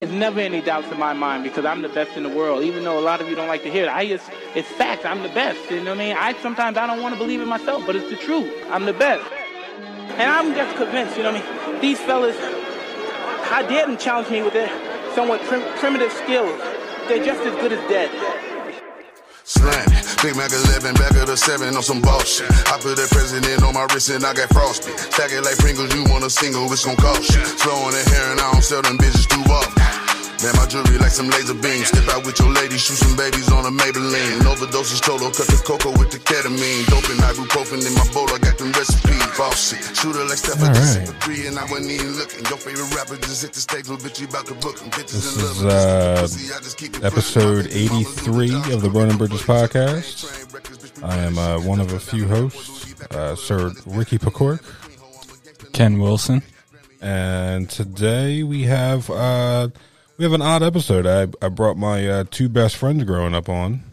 There's never any doubts in my mind because I'm the best in the world. Even though a lot of you don't like to hear it, I just, it's facts. I'm the best. You know what I mean? I sometimes I don't want to believe it myself, but it's the truth. I'm the best, and I'm just convinced. You know what I mean? These fellas, how dare them challenge me with their somewhat prim- primitive skills? They're just as good as dead. Slam. Big Mac 11, back of the 7 on some boss shit. I put that president on my wrist and I got frosty. Stack it like Pringles, you want a single, it's gon' cost you. Slow on the hair and I don't sell them bitches too often. Man, my jewelry like some laser beams. Step out with your lady, shoot some babies on a Maybelline. Overdoses, Tolo, cut the cocoa with the ketamine. Dope and ibuprofen in my bowl, I got them recipes. Boss shit, shooter like Stephen All right. right. three and I wasn't even looking. Your favorite rapper just hit the stage, little bitch, you about to book 'em. Bitches This in love is with uh, pussy, I just keep it episode 83 of the Burning Bridges podcast. I am uh, one of a few hosts, uh, Sir Ricky Pacork, Ken Wilson. and today we have uh, we have an odd episode. I, I brought my uh, two best friends growing up on.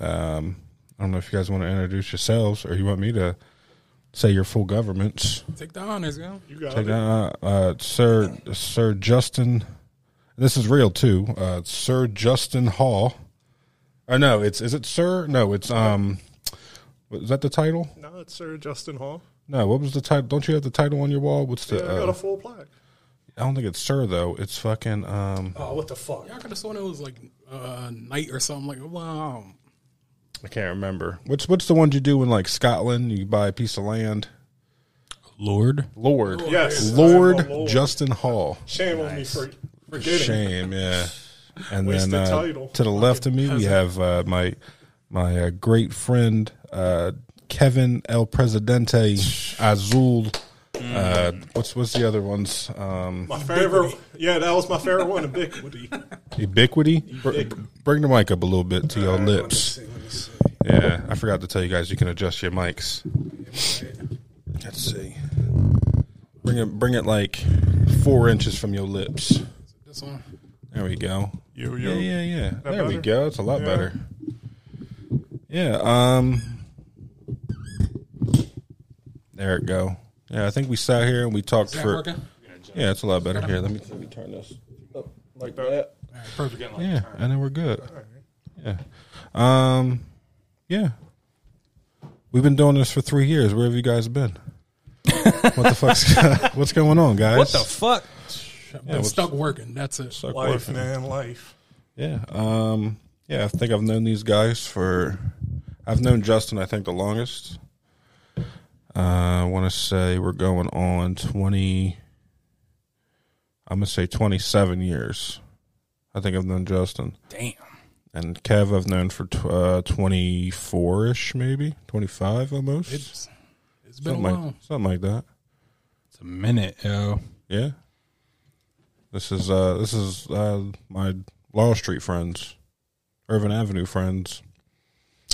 Um, I don't know if you guys want to introduce yourselves or you want me to say your full governments. Take the honors, yo. You got Take that, uh, uh, Sir Sir Justin. This is real too. Uh, Sir Justin Hall. Oh no, it's is it Sir? No, it's um. Was that the title? No, it's Sir Justin Hall. No, what was the title? Don't you have the title on your wall? What's the? Yeah, I got Uh, a full plaque. I don't think it's Sir though. It's fucking um. Oh, what the fuck? I could have sworn it was like uh, night or something. Like, wow. I can't remember. What's what's the ones you do in like Scotland? You buy a piece of land. Lord. Lord, Yes, Lord, I'm a Lord. Justin Hall. Shame on me for forgetting. Shame, yeah. And Wasted then uh, title. to the left of me, we have uh, my my uh, great friend uh, Kevin El Presidente Azul. Mm. Uh, what's what's the other ones? Um, My favorite. Yeah, that was my favorite one, Ubiquity. Let Ubiquity. Br- br- bring the mic up a little bit to your me lips. see, let me see. Yeah, I forgot to tell you guys you can adjust your mics. Let's see. Bring it, bring it like four inches from your lips. This one. There we go. Yo, Yeah, yeah, yeah. There we better? go. It's a lot Yeah. better. Yeah. Um. There it go. Yeah, I think we sat here and we talked Is that for. working? Yeah, it's a lot better here. Let me let me turn this up like that. Perfect. Yeah, and then we're good. Yeah. Um. Yeah. We've been doing this for three years. Where have you guys been? what the fuck's what's going on, guys? What the fuck? I've been what's- stuck working. That's it. Suck Life, working. man, life. Yeah. Um, yeah, I think I've known these guys for. I've known Justin, I think, the longest. Uh, I want to say we're going on 20. I'm going to say 27 years. I think I've known Justin. Damn. And Kev, I've known for tw- uh, 24 ish, maybe 25 almost. It's, it's been something, a while. like, something like that. It's a minute, yo. Yeah. This is uh this is uh my Laurel Street friends, Irvin Avenue friends.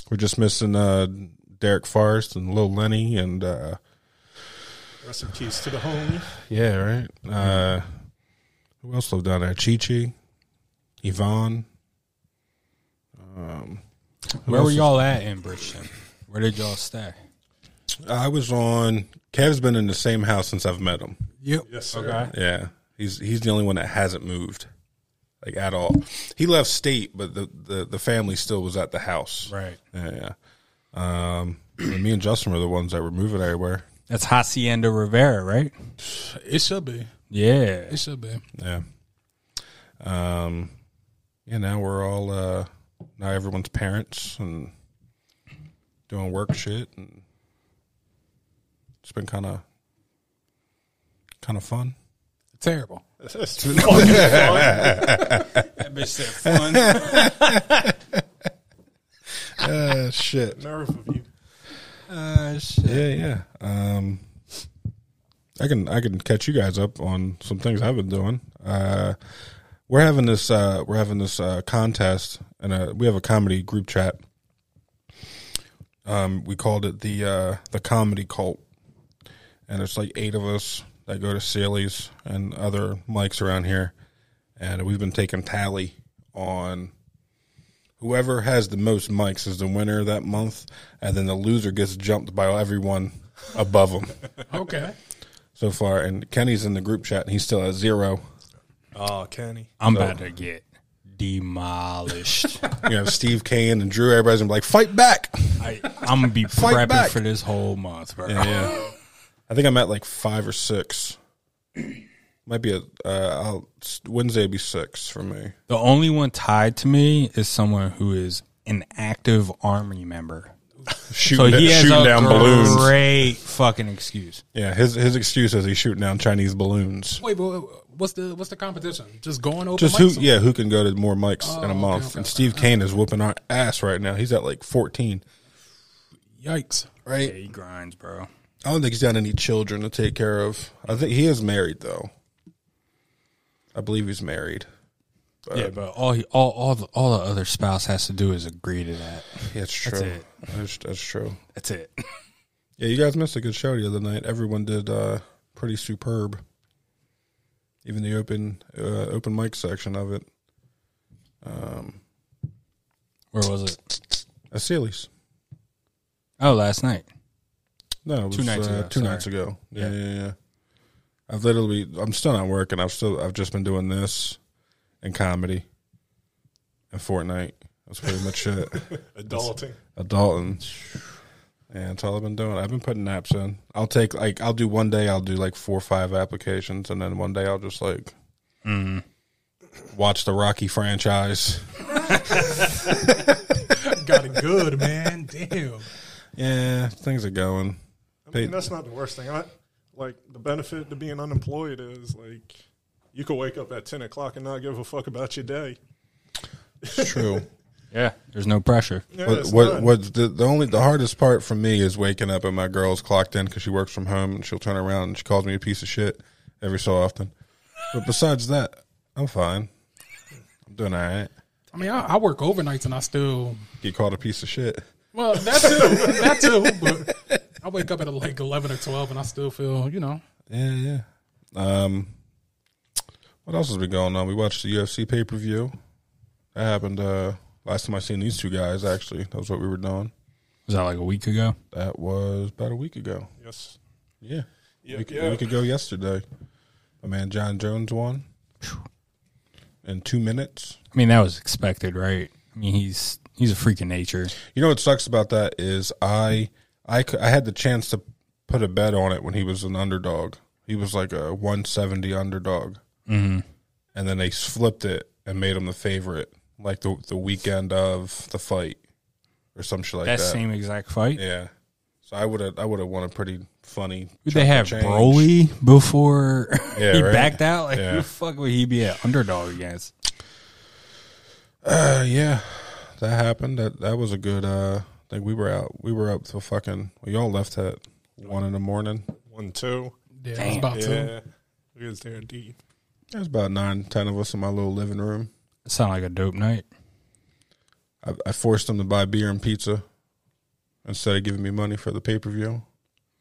We're just missing uh Derek Forrest and Lil Lenny and uh Rest in peace to the homie. yeah, right. Uh who else lived down there? Chi Chi, Yvonne. Where else were is- y'all at in Bridgeton? Where did y'all stay? I was on Kev's been in the same house since I've met him. Yep. Yes, sir. Yeah. He's he's the only one that hasn't moved. Like at all. He left state, but the, the, the family still was at the house. Right. Yeah. Um, and me and Justin were the ones that were moving everywhere. That's Hacienda Rivera, right? It should be. Yeah. It should be. Yeah. Um, yeah. Now we're all uh, now everyone's parents and doing work shit, and it's been kind of kind of fun. Terrible. That's too fucking fun. That bitch said fun. Uh, shit. Nerve of you. uh, shit. Yeah, yeah. Um, I can I can catch you guys up on some things I've been doing. Uh, we're having this uh, we're having this uh, contest, and uh, we have a comedy group chat. Um, we called it the uh, the comedy cult, and it's like eight of us that go to Sally's and other mics around here, and we've been taking tally on whoever has the most mics is the winner that month, and then the loser gets jumped by everyone above them Okay. so far. And Kenny's in the group chat, and he's still at zero. Oh, Kenny. I'm about to get demolished. You know, Steve Kane and Drew, everybody's gonna be like, fight back. I, I'm gonna be Fight prepping back. for this whole month, bro. Yeah. I think I'm at like five or six. Might be a uh, I'll, Wednesday would be six for me. The only one tied to me is someone who is an active army member. So Shooting, he has shooting a down great balloons. fucking excuse. Yeah, his his excuse is he's shooting down Chinese balloons. Wait, but what's the what's the competition? Just going over. Just who? Yeah, who can go to more mics in a okay, month? Oh, okay, and okay. Steve Kane is whooping our ass right now. He's at like fourteen. Yikes. Right. He grinds, bro. I don't think he's got any children to take care of. I think he is married though. I believe he's married. yeah, but all he, all, all the, all the other spouse has to do is agree to that. Yeah, it's true. That's, That's, true. That's it. Yeah, you guys missed a good show the other night. Everyone did uh, pretty superb. Even the open uh, open mic section of it. Where was it? At Uh, Sealy's. Oh, last night. No, it was, Two nights uh, ago, Two sorry. nights ago. Yeah, Yeah. yeah, yeah. I've literally, I'm still not working. I've still, I've just been doing this, and comedy, and Fortnite. That's pretty much it. Adulting. Adulting. Yeah, that's all I've been doing. I've been putting naps in. I'll take like I'll do one day. I'll do like four or five applications, and then one day I'll just like watch the Rocky franchise. Got it good, man. Damn. Yeah, things are going. I mean, that's not the worst thing. I, like, the benefit to being unemployed is, like, you could wake up at 10 o'clock and not give a fuck about your day. It's true. Yeah, there's no pressure. Yeah, What it's what, done. what the, the only the hardest part for me is waking up and my girl's clocked in because she works from home and she'll turn around and she calls me a piece of shit every so often. But besides that, I'm fine. I'm doing all right. I mean, I, I work overnights and I still. Get called a piece of shit. Well, that too. that too. But I wake up at like eleven or twelve and I still feel, you know. Yeah, yeah. Um, what else has been going on? We watched the UFC pay per view. That happened uh, last time I seen these two guys. Actually, that was what we were doing. Was that like a week ago? That was about a week ago. Yes. Yeah, Yeah, we could, yeah. we could go yesterday. My man John Jones won in two minutes. I mean, that was expected, right? I mean, he's he's a freak of nature. You know what sucks about that is I I cou- I had the chance to put a bet on it when he was an underdog. He was like a 170 underdog, mm-hmm. and then they flipped it and made him the favorite, like the the weekend of the fight or some shit like That that. same exact fight. yeah. So I would have I would have won a pretty funny. Would chunk of they have change. Broly before Yeah, he right. backed out? Like, who Yeah. the fuck would he be an underdog against? Uh, yeah, that happened. That that was a good. Uh, I think we were out. We were up till fucking. We all left at one in the morning. One, two. Yeah, I was about to. Yeah. We was there deep. There's about nine, ten of us in my little living room. That sound like a dope night. I, I forced them to buy beer and pizza instead of giving me money for the pay per view.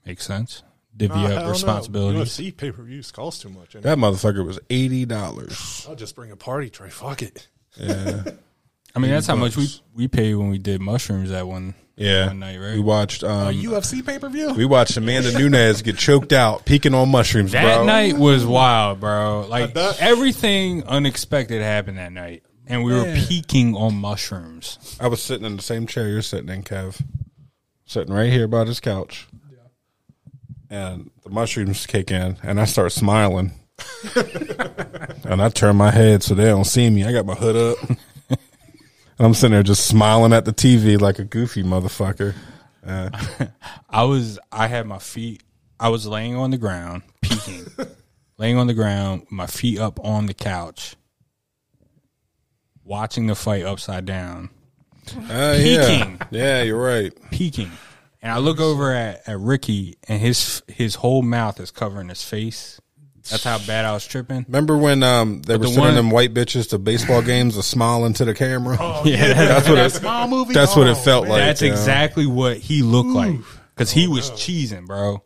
Makes sense. Ah, Divvy up responsibilities. UFC pay per views cost too much. And That motherfucker was eighty dollars. I'll just bring a party tray. Fuck it. Yeah, I mean, that's how much we bucks. we paid when we did mushrooms that one. yeah. One night, right? We watched. A Um, UFC pay per view. we watched Amanda Nunes get choked out peeking on mushrooms, That bro. night was wild, bro. Like bet. everything unexpected happened that night, and we were peeking on mushrooms. I was sitting in the same chair you're sitting in, Kev. Sitting right here by this couch. And the mushrooms kick in, and I start smiling. and I turn my head so they don't see me. I got my hood up. and I'm sitting there just smiling at the TV like a goofy motherfucker. I was, I had my feet, I was laying on the ground peeking, laying on the ground, my feet up on the couch, watching the fight upside down, Uh, Peeking. Yeah. yeah, you're right. peeking, and I look over at, at Ricky, and his his whole mouth is covering his face. That's how bad I was tripping. Remember when um, they were the sending one- them white bitches to baseball games, a smile into the camera? Oh, yeah, that's what it, Small movie. that's what it felt like. Oh, Oh, That's you know? exactly what he looked like because he was cheesing, bro.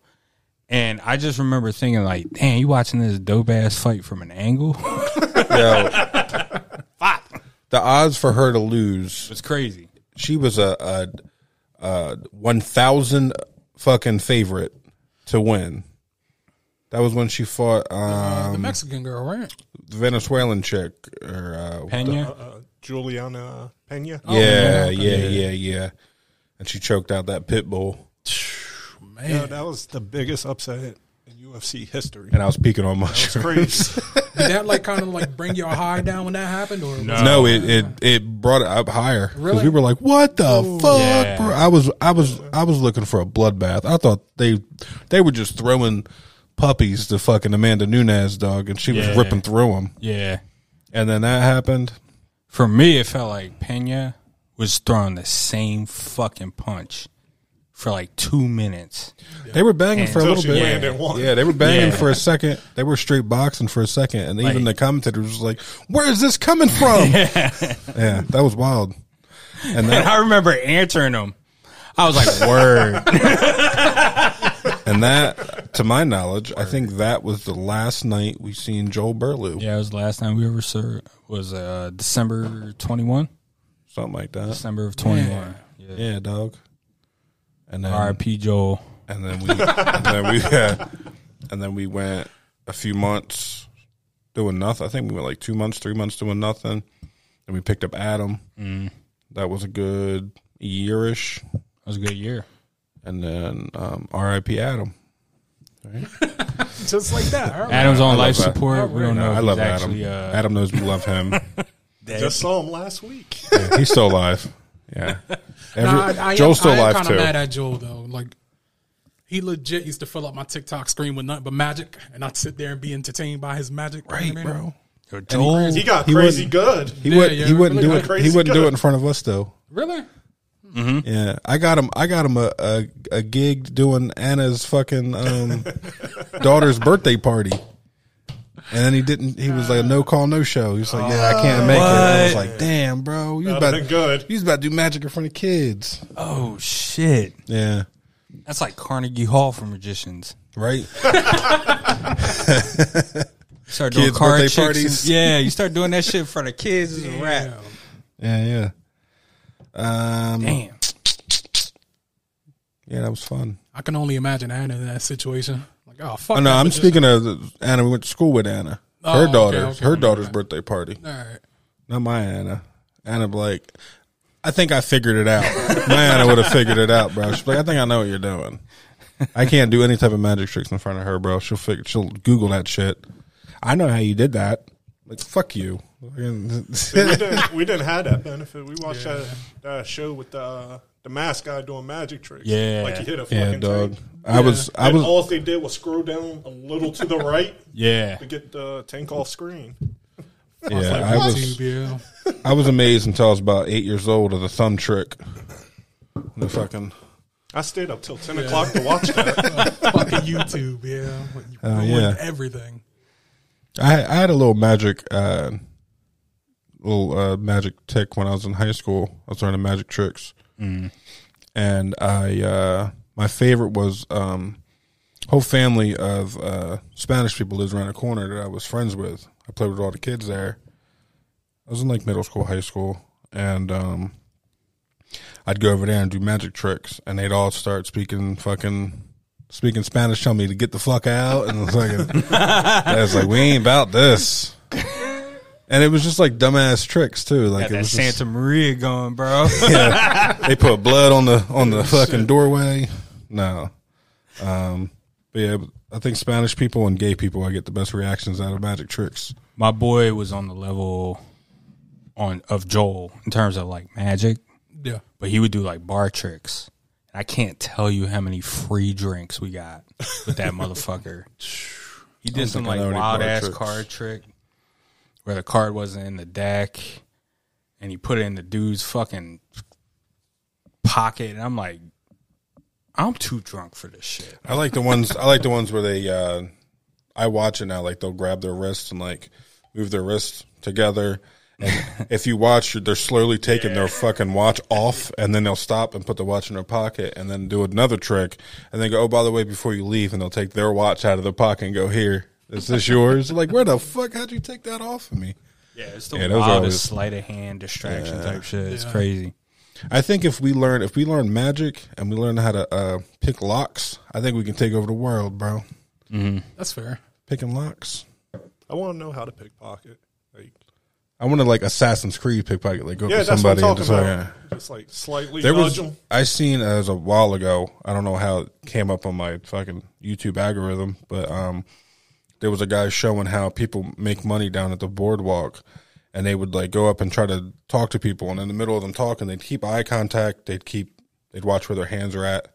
And I just remember thinking, like, damn, you watching this dope ass fight from an angle? Yo. The odds for her to lose, it's crazy. she was a, a, a 1,000 fucking favorite to win. That was when she fought um, the Mexican girl, right? the Venezuelan chick or uh, what the- Pena. Uh, Juliana Pena. Oh, yeah, yeah, yeah, yeah. And she choked out that pit bull, Man, Yeah, that was the biggest upset in UFC history. and I was peeking on my It's crazy. did that like kind of like bring your high down when that happened, or no? No, it, it it brought it up higher because Really? we were like, "What the fuck, Yeah. bro?" I was I was I was looking for a bloodbath. I thought they they were just throwing puppies to fucking Amanda Nunes dog, and she Yeah. was ripping through them. Yeah. And then that happened. For me, it felt like Pena was throwing the same fucking punch for like two minutes. They were banging for a Until little she bit. landed one. Yeah, they were banging Yeah. for a second. They were straight boxing for a second, and even the Like- commentator was like, "Where is this coming from?" yeah. that was wild. And And that I remember answering him. I was like, word. and that, to my knowledge, I think that was the last night we seen Joel Burlew, yeah, it was the last time we ever saw was uh, December 21. something like that. December of 21. Yeah, dog. And then, RIP Joel. and then we, and then we, yeah, and then we went a few months doing nothing. I think we went like two months, three months doing nothing, and we picked up Adam. Mm. That was a good yearish, That was a good year. and then um, R.I.P. Adam. Just like that. all right. Adam's on life that. support. we don't know. No, if I love he's Adam. actually, uh, Adam knows we love him. Just saw him last week. Yeah, he's still alive. Yeah, Every, Nah, I, I Joel's still am, I am alive kind of mad too. at Joel though. Like he legit used to fill up my TikTok screen with nothing but magic, and I'd sit there and be entertained by his magic. Right, bro. Yo, Joel. He got He crazy wasn't- good. He Yeah, wouldn't. yeah, he wouldn't really do got it. He crazy wouldn't do good. it in front of us though. Really? Yeah, I got him. I got him a a, a gig doing Anna's fucking um, daughter's birthday party, and then he didn't. He was like no call, no show. He was like, yeah, I can't make it. And I was like, damn, bro, you was That'd about been good. You was about to do magic in front of kids. Oh, shit. Yeah, That's like Carnegie Hall for magicians. right. Start doing Kids' card birthday chicks and- parties. yeah, you start doing that shit for the kids. It's a wrap. Yeah, yeah. Um, Damn. yeah, that was fun. I can only imagine Anna in that situation. Like, oh fuck. Oh no, that I'm magician. speaking of Anna. We went to school with Anna. Oh, Her okay, daughter. okay, her okay. daughter's birthday party. All right. Not my Anna. Anna Blake. I think I figured it out. my Anna would have figured it out, bro. She's like, I think I know what you're doing. I can't do any type of magic tricks in front of her, bro. She'll figure, she'll Google that shit. I know how you did that. Like, fuck you. we didn't we didn't have that benefit. We watched that, that show with the uh, the mask guy doing magic tricks. Yeah. like he hit a fucking yeah, yeah, dog. I was, I and was, all they did was scroll down a little to the right Yeah. to get the tank off screen. yeah, I was, TBL. I was amazed until I was about eight years old of the thumb trick. The fucking, I stayed up till ten o'clock to watch that. fucking YouTube. Yeah. Like, you ruined Oh, yeah. Everything. I, I had a little magic, uh, little uh, magic tick when I was in high school. I was learning magic tricks, and I uh, my favorite was um, whole family of uh, Spanish people lives around the corner that I was friends with. I played with all the kids there. I was in like middle school, high school, and um, I'd go over there and do magic tricks, and they'd all start speaking fucking. Speaking Spanish, tell me to get the fuck out, and I was like, I was like, we ain't about this. And it was just like dumbass tricks too. Like Got it that was Santa just, Maria going, bro. they put blood on the on the fucking doorway. No, um, but yeah, I think Spanish people and gay people I get the best reactions out of magic tricks. My boy was on the level on of Joel in terms of like magic, Yeah. but he would do like bar tricks. I can't tell you how many free drinks we got with that motherfucker. He did some think I like know any wild bar ass tricks. card trick where the card wasn't in the deck and he put it in the dude's fucking pocket and I'm like I'm too drunk for this shit. I like the ones I like the ones where they uh, I watch it now. Like they'll grab their wrists and like move their wrists together. And if you watch, they're slowly taking their fucking watch off, and then they'll stop and put the watch in their pocket, and then do another trick, and then go, "Oh, by the way, before you leave," and they'll take their watch out of their pocket and go, "Here, is this yours?" like, where the fuck? How'd you take that off of me? Yeah, it's the Yeah, those are wildest always- sleight of hand distraction type shit. It's crazy. I think if we learn if we learn magic and we learn how to uh, pick locks, I think we can take over the world, bro. That's fair. Picking locks. I want to know how to pickpocket. Like, I wanted like Assassin's Creed pickpocket. Like go yeah, up to that's what I'm somebody and talking just like. about. eh. Just like slightly There nudge was 'em. I seen uh, it was a while ago. I don't know how it came up on my fucking YouTube algorithm, but um, there was a guy showing how people make money down at the boardwalk, and they would like go up and try to talk to people, and in the middle of them talking, they'd keep eye contact, they'd keep, they'd watch where their hands are at,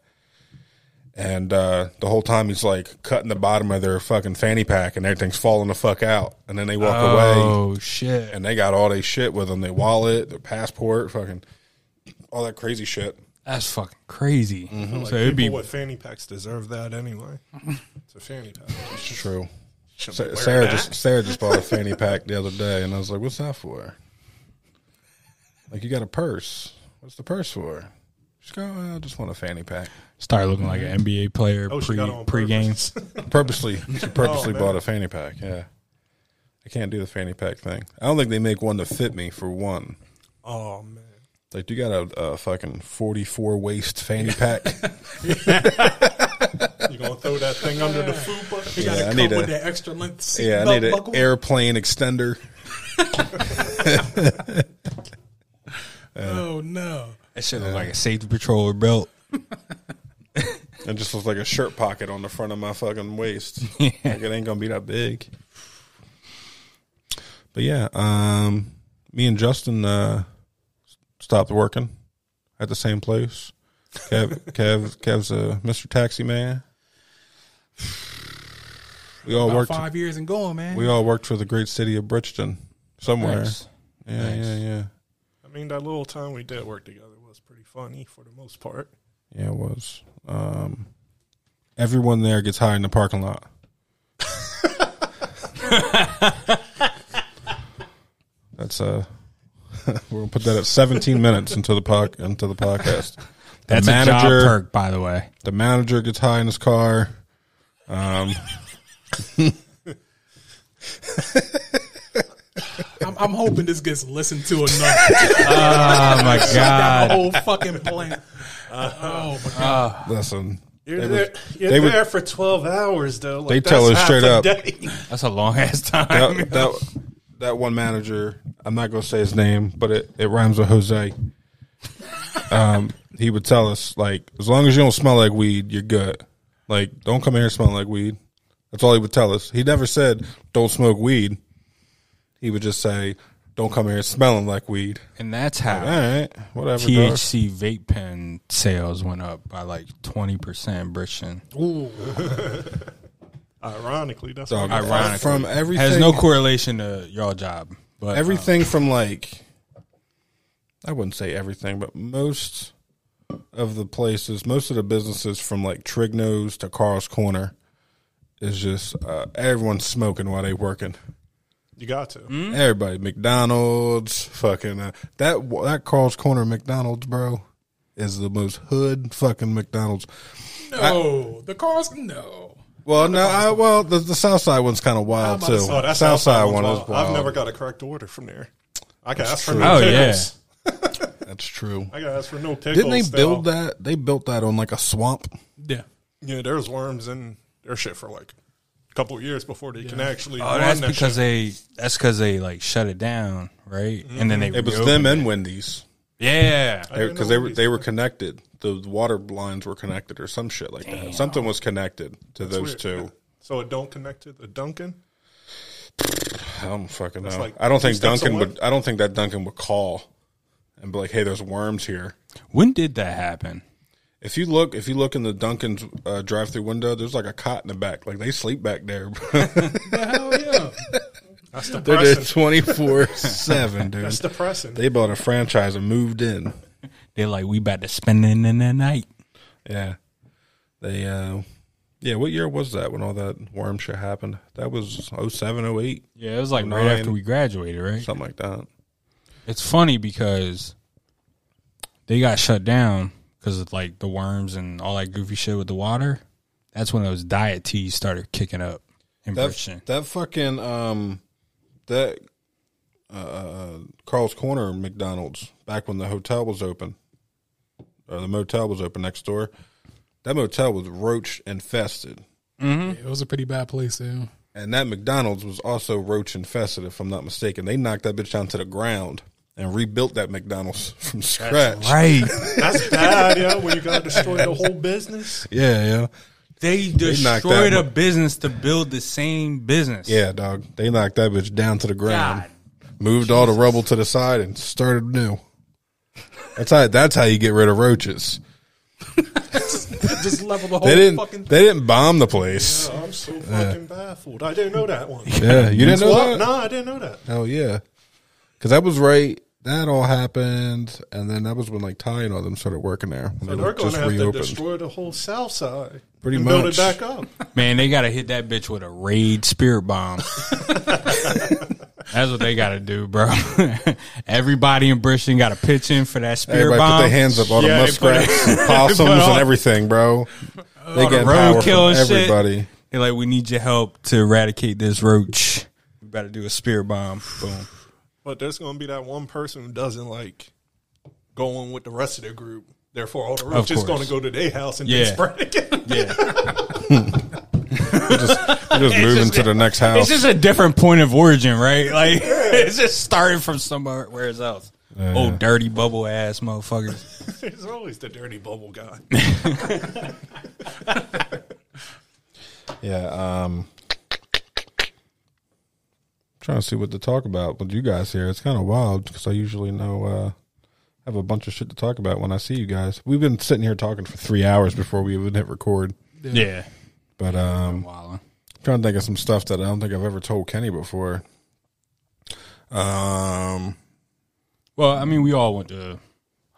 and uh, the whole time he's like cutting the bottom of their fucking fanny pack, and everything's falling the fuck out, and then they walk away Oh shit! and they got all they shit with them. Their wallet, their passport, fucking all that crazy shit. That's fucking crazy. Like, So it'd be people with fanny packs deserve that anyway. It's a fanny pack. It's true. Sa- Sarah just Sarah just bought a fanny pack the other day, and I was like, "What's that for?" Like you got a purse. What's the purse for? She's go. I just want a fanny pack. start looking like an NBA player Oh, she pre got it on pre games. Purposely, she purposely man. bought a fanny pack. Yeah, I can't do the fanny pack thing. I don't think they make one to fit me. For one, Oh man, like you got a, a fucking forty-four waist fanny pack. you gonna throw that thing under the fupa? You gotta I come need with a- that extra length seat Yeah, I belt need an buckle. airplane extender. oh no. That shit look like a safety patrol belt. It just looks like a shirt pocket on the front of my fucking waist. like it ain't gonna be that big. But yeah, um, me and Justin uh, stopped working at the same place. Kev, Kev, Kev's a Mr. Taxi Man. We all About worked. five years and going, man. We all worked for the great city of Bridgeton somewhere. Nice. Yeah, yeah, yeah. I mean, that little time we did work together was pretty funny for the most part. Yeah, it was. Um, everyone there gets high in the parking lot. That's uh we're gonna put that at 17 minutes into the pod, into the podcast. The That's a job manager, perk, by the way. the manager gets high in his car. Um, I'm, I'm hoping this gets listened to enough. Oh my Got the god! whole fucking plan. oh my god. listen, You're They there, would- you're they would- there for twelve hours though. Like, They tell that's us half straight a up. day. That's a long ass time. that, that that one manager, I'm not gonna say his name, but it, it rhymes with Jose. Um, he would tell us like, as long as you don't smell like weed, you're good. Like, don't come in here smelling like weed. That's all he would tell us. He never said don't smoke weed. He would just say, "Don't come here smelling like weed." And that's All how right, whatever. dog. THC vape pen sales went up by like twenty percent. Britain Ironically, that's Dog, what Ironically. from everything has no correlation to your job, but uh, every everything from like I wouldn't say everything, but most of the places, most of the businesses from like Trignos to Carl's Corner is just uh, everyone's smoking while they working. you got to. Mm. Everybody, McDonald's, fucking uh, that that Carl's Corner McDonald's, bro, is the most hood fucking McDonald's. No. the cars no. Well, no, I, well the, the South Side one's kind of wild too. Oh, South that's Side one's one wild. is wild. I've never got a correct order from there. I got ask for true. no Oh, pickles. That's true. I got ask for no pickles. Didn't they build though. that? They built that on like a swamp. Yeah. Yeah, there's worms in their shit for like a couple of years before they can actually. oh, run that's that because shit. Mm-hmm. they that's because they like shut it down, right? And then they It was them reopened and Wendy's Yeah, didn't because know they were Wendy's they were connected. The water lines were connected, or some shit like that. Something was connected to those two. so it don't connect to the Duncan. I don't fucking know. like I don't two think steps Duncan away. would. I don't think that Duncan would call and be like, "Hey, there's worms here." when did that happen? If you look, if you look in the Duncan's uh, drive-through window, there's like a cot in the back. Like they sleep back there. Hell yeah. That's They're there depressing. twenty-four seven, dude. That's depressing. They bought a franchise and moved in. They're like, we about to spend in the night. Yeah. They uh yeah, what year was that when all that worm shit happened? That was 07, 08, Yeah, it was like right Nine. after we graduated, right? something like that. It's funny because they got shut down because of like the worms and all that goofy shit with the water. That's when those diet teas started kicking up in That, Britain. that fucking um that uh Carl's Corner McDonald's back when the hotel was open or the motel was open next door. That motel was roach infested. It was a pretty bad place, yeah. And that McDonald's was also roach infested, if I'm not mistaken. They knocked that bitch down to the ground and rebuilt that McDonald's from scratch. Right. That's bad, yeah. When you gotta destroy the whole business. Yeah, yeah. They knocked destroyed that a mu- business to build the same business. Yeah, dog. They knocked that bitch down to the ground. Moved all the rubble to the side and started new. That's how that's how you get rid of roaches. Just level the whole They didn't fucking they didn't bomb the place. I'm so fucking baffled. I didn't know that one. Yeah, you didn't know Well, that? no, I didn't know that. Oh yeah, because that was right. That all happened, and then that was when like Ty and all them started working there. When So they they're were going to have to destroy the whole south side. Pretty and Build much. it back up. Man, they gotta hit that bitch with a raid spirit bomb. That's what they gotta do, bro. Everybody in Bristol gotta pitch in for that spirit Everybody put bomb. their hands up, all Yeah, the they muskrats, and they possums, put all- and everything, bro. They the get power roadkill from and shit. everybody. They're like, we need your help to eradicate this roach. We better do a spirit bomb. Boom. But there's going to be that one person who doesn't like going with the rest of the group. Therefore, all the roof is course. going to go to their house and Yeah. then spread again. Yeah. They're just moving to the next it's house. just a different point of origin, right? Like it's just starting from somewhere where else. Oh, dirty bubble ass motherfuckers. There's always the dirty bubble guy. yeah. Um, trying to see what to talk about with you guys here. It's kind of wild because I usually know uh, have a bunch of shit to talk about when I see you guys. We've been sitting here talking for three hours before we even hit record. Yeah. But um, Wildin'. trying to think of some stuff that I don't think I've ever told Kenny before. Um, Well, I mean, we all went to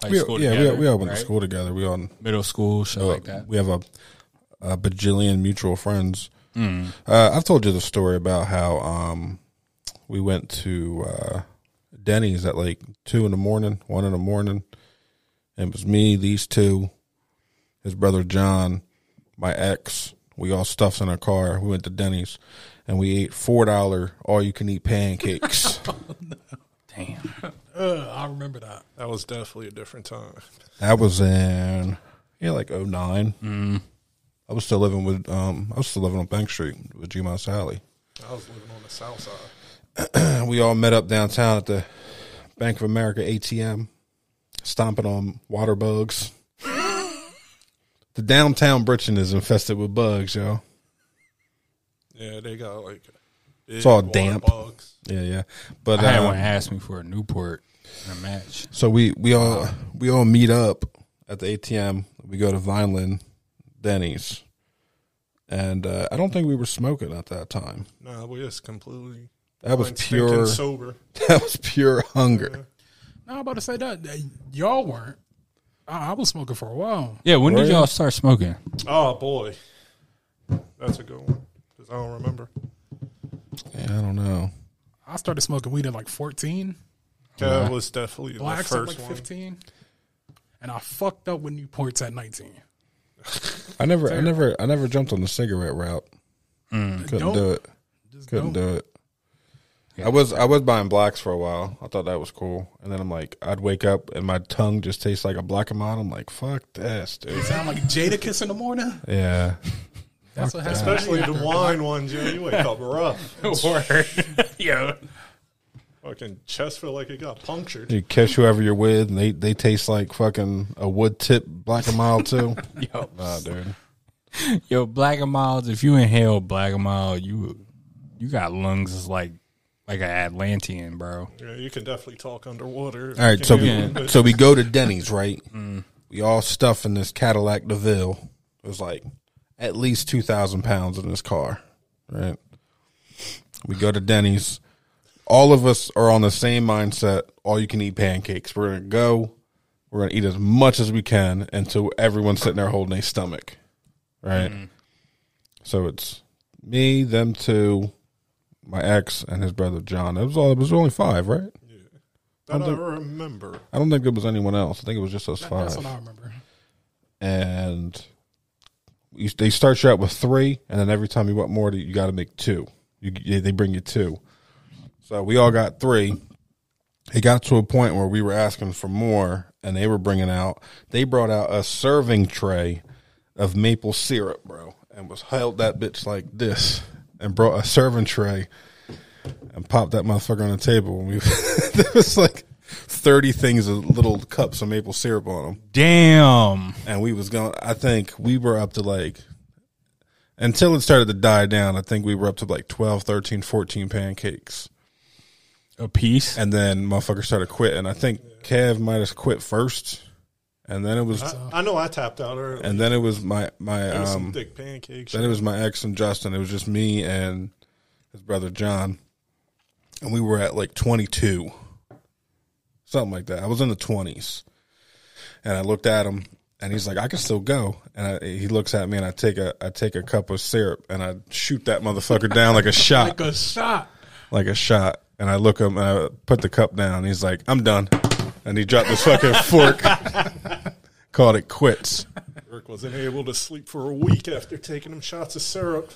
high we, school yeah, together. we, we all Oh. went right? to school together. We all Middle school, shit like that. we have a, a bajillion mutual friends. Hmm. Uh, I've told you the story about how um, we went to uh, Denny's at like two in the morning, one in the morning. And it was me, these two, his brother John, my ex. We all stuffed in our car. We went to Denny's and we ate four dollar all you can eat pancakes. Damn. Uh, I remember that. That was definitely a different time. That was in yeah, like oh nine. I was still living with um, I was still living on Bank Street with G Mouse Alley. I was living on the south side. And we all met up downtown at the Bank of America ATM, stomping on water bugs. the downtown Britain is infested with bugs, yo. Yeah, they got like. It's all damp. Bugs. Yeah, yeah. But I had um, one ask me for a Newport in a match. So we we all we all meet up at the ATM. We go to Vineland, Denny's, and uh, I don't think we were smoking at that time. Nah, we just completely. That was blind stinking pure. sober. That was pure hunger. No, I'm about to say that. that Y'all weren't. I, I was smoking for a while. Yeah, when Were did ya? y'all start smoking? Oh boy, that's a good one. 'Cause I don't remember. Yeah, I don't know. I started smoking weed at like 14. That was definitely the Blacks at first like one. 15. And I fucked up with Newports at 19. I never, I never, I never jumped on the cigarette route. Couldn't Don't. do it. Couldn't do it. I was I was buying blacks for a while. I thought that was cool, and then I'm like, I'd wake up and my tongue just tastes like a black amount. I'm like, fuck this, dude. Sound like Jada Kiss in the morning? yeah, That's what happened. Especially the wine ones, yo. You wake up rough. Yo. Fucking chest feel like it got punctured. you kiss whoever you're with, and they they taste like fucking a wood tip black and mild too. Yo. nah, dude. Yo, black and miles, if you inhale black and mild, you you got lungs as like like an Atlantean, bro. Yeah, you can definitely talk underwater. All right, so Yeah. we, so we go to Denny's, right? We all stuff in this Cadillac DeVille. It was like at least two thousand pounds in this car, right? We go to Denny's. All of us are on the same mindset. All you can eat pancakes. We're gonna go. We're gonna eat as much as we can until everyone's sitting there holding their stomach, right? So it's me, them two, my ex, and his brother John. It was all. It was only five, right? that I remember. I don't think there was anyone else. I think it was just us That's what I five. remember. And you, they start you out with three, and then every time you want more, you got to make two. You, yeah, they bring you two. So we all got three. It got to a point where we were asking for more, and they were bringing out. They brought out a serving tray of maple syrup, bro, and was held that bitch like this and brought a serving tray and popped that motherfucker on the table. And we there was like thirty things of little cups of maple syrup on them, Damn. and we was going. I think we were up to like until it started to die down. I think we were up to like 12, 13, 14 pancakes. A piece. and then motherfucker started quitting. I think Kev might have quit first, and then it was, I know I tapped out early. and then it was my my There Uh, was some um, thick pancakes. then it was my ex and Justin. It was just me and his brother John, and we were at like twenty two, something like that. I was in the twenties, and I looked at him, and he's like, "I can still go." And I, he looks at me, and I take a I take a cup of syrup, and I shoot that motherfucker down like a shot Like a shot. like a shot. And I look him and I put the cup down. And he's like, I'm done. And he dropped his fucking fork. Called it quits. Rick wasn't able to sleep for a week after taking them shots of syrup.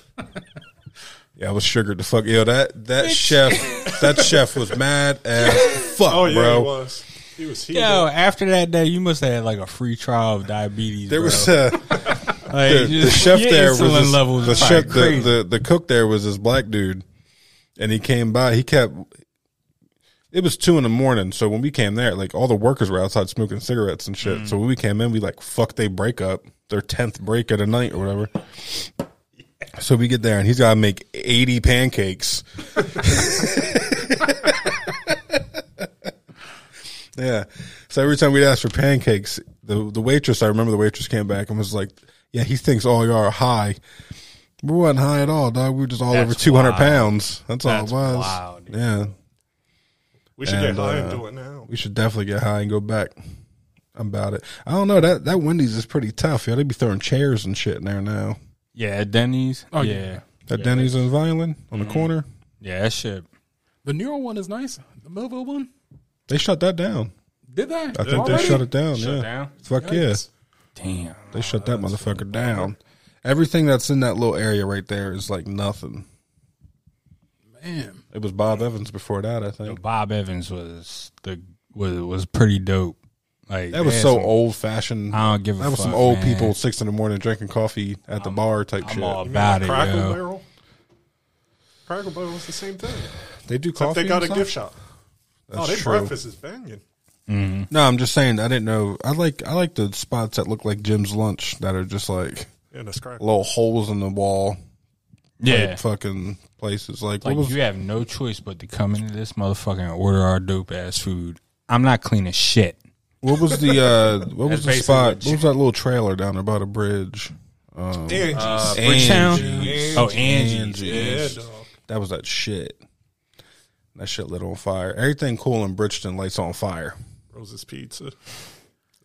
Yeah, I was sugared the fuck. Yo, that that chef that chef was mad as fuck, Oh yeah, bro. he was. He was heated. Yo, after that day, you must have had like a free trial of diabetes. There bro. was a like, the, the just- chef your there was insulin this- levels the is chef probably the, crazy. the the cook there was this black dude, and he came by. He kept. It was two in the morning, so when we came there, like all the workers were outside smoking cigarettes and Mm. shit. So when we came in, we like fuck they break up their tenth break of the night or whatever. So we get there and he's got to make eighty pancakes. Yeah. So every time we'd ask for pancakes, the the waitress, I remember the waitress came back and was like, "Yeah, he thinks all y'all are high. We wasn't high at all, dog. We were just all over That's two hundred wild. pounds. That's, all That's it was. wild, dude. Yeah, we should And, get high uh, and do it now. we should definitely get high and go back. I'm about it. I don't know that that Wendy's is pretty tough. Yeah, they be throwing chairs and shit in there now. yeah, Denny's. Oh yeah. yeah, Mm-hmm. That Denny's in Violin on the corner, yeah, that shit. The Nero one is nice. The Melville one, they shut that down. did they? I think they Already? shut it down. yeah, down? fuck yeah. Yikes. Damn. They shut that motherfucker down. Everything that's in that little area right there is like nothing. Man, It was Mm. Bob Evans before that, I think. Bob Evans was the was was pretty dope. Like That was they had so some- old fashioned. I don't give a That was some fuck, old man. people six in the morning drinking coffee at the bar type I'm shit. all You mean about like it. Crackle yo. Barrel. Crackle Barrel was the same thing. They do Except coffee. they and got a stuff? gift shop. oh, That's their true. breakfast is banging. No, I'm just saying. I didn't know. I like I like the spots that look like Jim's lunch that are just like Yeah, that's crackle. little holes in the wall. Yeah. type fucking places. Like, Like what was you have no choice but to come into this motherfucker and order our dope ass food. I'm not cleaning shit. what was the uh, what was That's the basically spot? what What was that little trailer down there by the bridge? Um, Angie's. Bridgetown? Angie's. Oh, Angie's. yeah, Angie's. dog. That was that shit. That shit lit on fire. Everything cool in Bridgeton lights on fire. Rose's Pizza.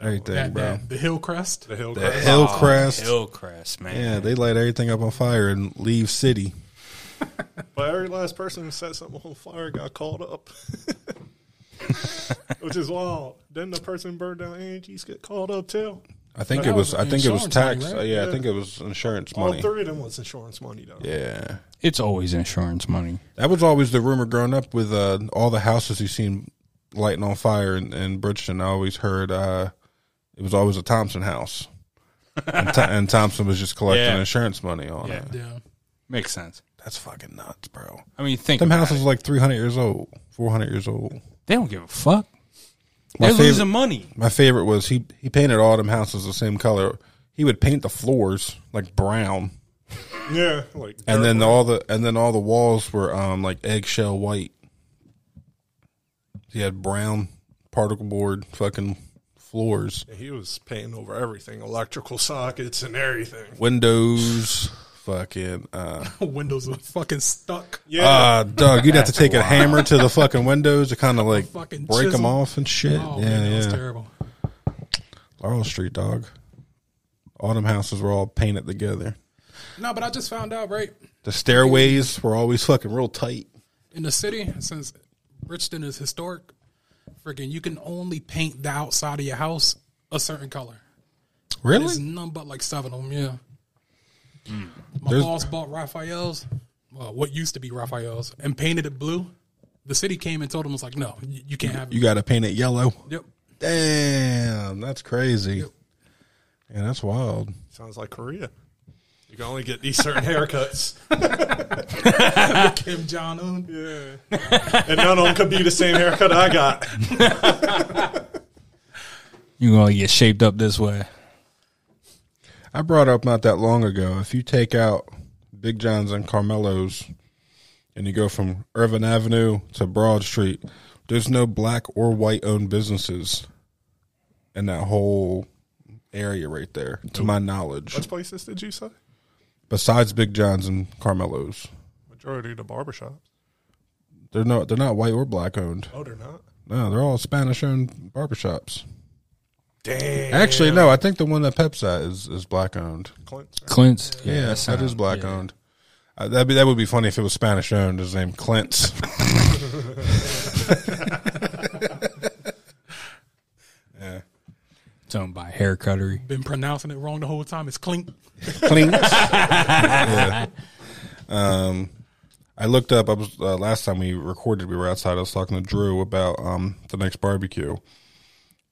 Everything, that, bro. that- the Hillcrest. The Hill The Crest. Hillcrest. Hillcrest, man. Oh, yeah, they light everything up on fire and leave city. But every last person who set something on fire got called up. Which is wild. Then the person burned down Angie's get called up too. I think But it that was. was I think it was insurance tax. money, uh, right? yeah, I think it was insurance All money. three of them was insurance money though. Yeah, It's always insurance money. that was always the rumor growing up with uh, all the houses you seen lighting on fire in, in Bridgeton. I always heard uh, it was always a Thompson house, and, Th- and Thompson was just collecting Yeah. insurance money on it. Yeah. Makes sense. That's fucking nuts, bro. I mean, think Them about houses it. are like 300 years old, 400 years old. They don't give a fuck. My They're favorite- losing money. My favorite was he, he painted all them houses the same color. He would paint the floors like brown. Yeah, like And then dirt all the and then all the walls were um like eggshell white. He had brown particle board fucking floors, work. he was paying over everything, electrical sockets and everything. windows, fucking uh Windows are fucking stuck. Yeah. uh, Doug, you'd have to take a hammer to the fucking windows to kind of like break Fucking 'em break them chisel. off and shit. Oh yeah, man, that was yeah. terrible. Laurel Street, dog. All them houses were all painted together. No, but I just found out right The stairways were always fucking real tight. in the city since Bridgeton is historic. Freaking, you can only paint the outside of your house a certain color. There's none but like seven of them. Yeah. My There's- boss bought Raphael's, well, what used to be Raphael's, and painted it blue. The city came and told him, "Was like, no, you, you can't have it." You got to paint it yellow. yep. Damn, that's crazy. Yeah, that's wild. Sounds like Korea. You You can only get these certain haircuts. Kim Jong Un. Yeah. And none of them could be the same haircut I got. You gonna get shaped up this way? I brought up not that long ago. If you take out Big John's and Carmelo's, and you go from Irvin Avenue to Broad Street, there's no black or white owned businesses in that whole area right there, to my knowledge. Which places did you say? Besides Big John's and Carmelo's, Majority of the barbershops. they're no, they're not white or black owned. Oh, they're not. No, they're all Spanish owned barbershops. Dang. Actually, no, I think the one that Pep's at is is black owned. Clint's. Clint's. Yeah, Yeah, that's that not- is black yeah. owned. Uh, that'd be that would be funny if it was Spanish owned. His name Clint's. It's owned by haircuttery. Been pronouncing it wrong the whole time. It's clink. Clint's. yeah. Um, I looked up. I was uh, last time we recorded. We were outside. I was talking to Drew about um the next barbecue,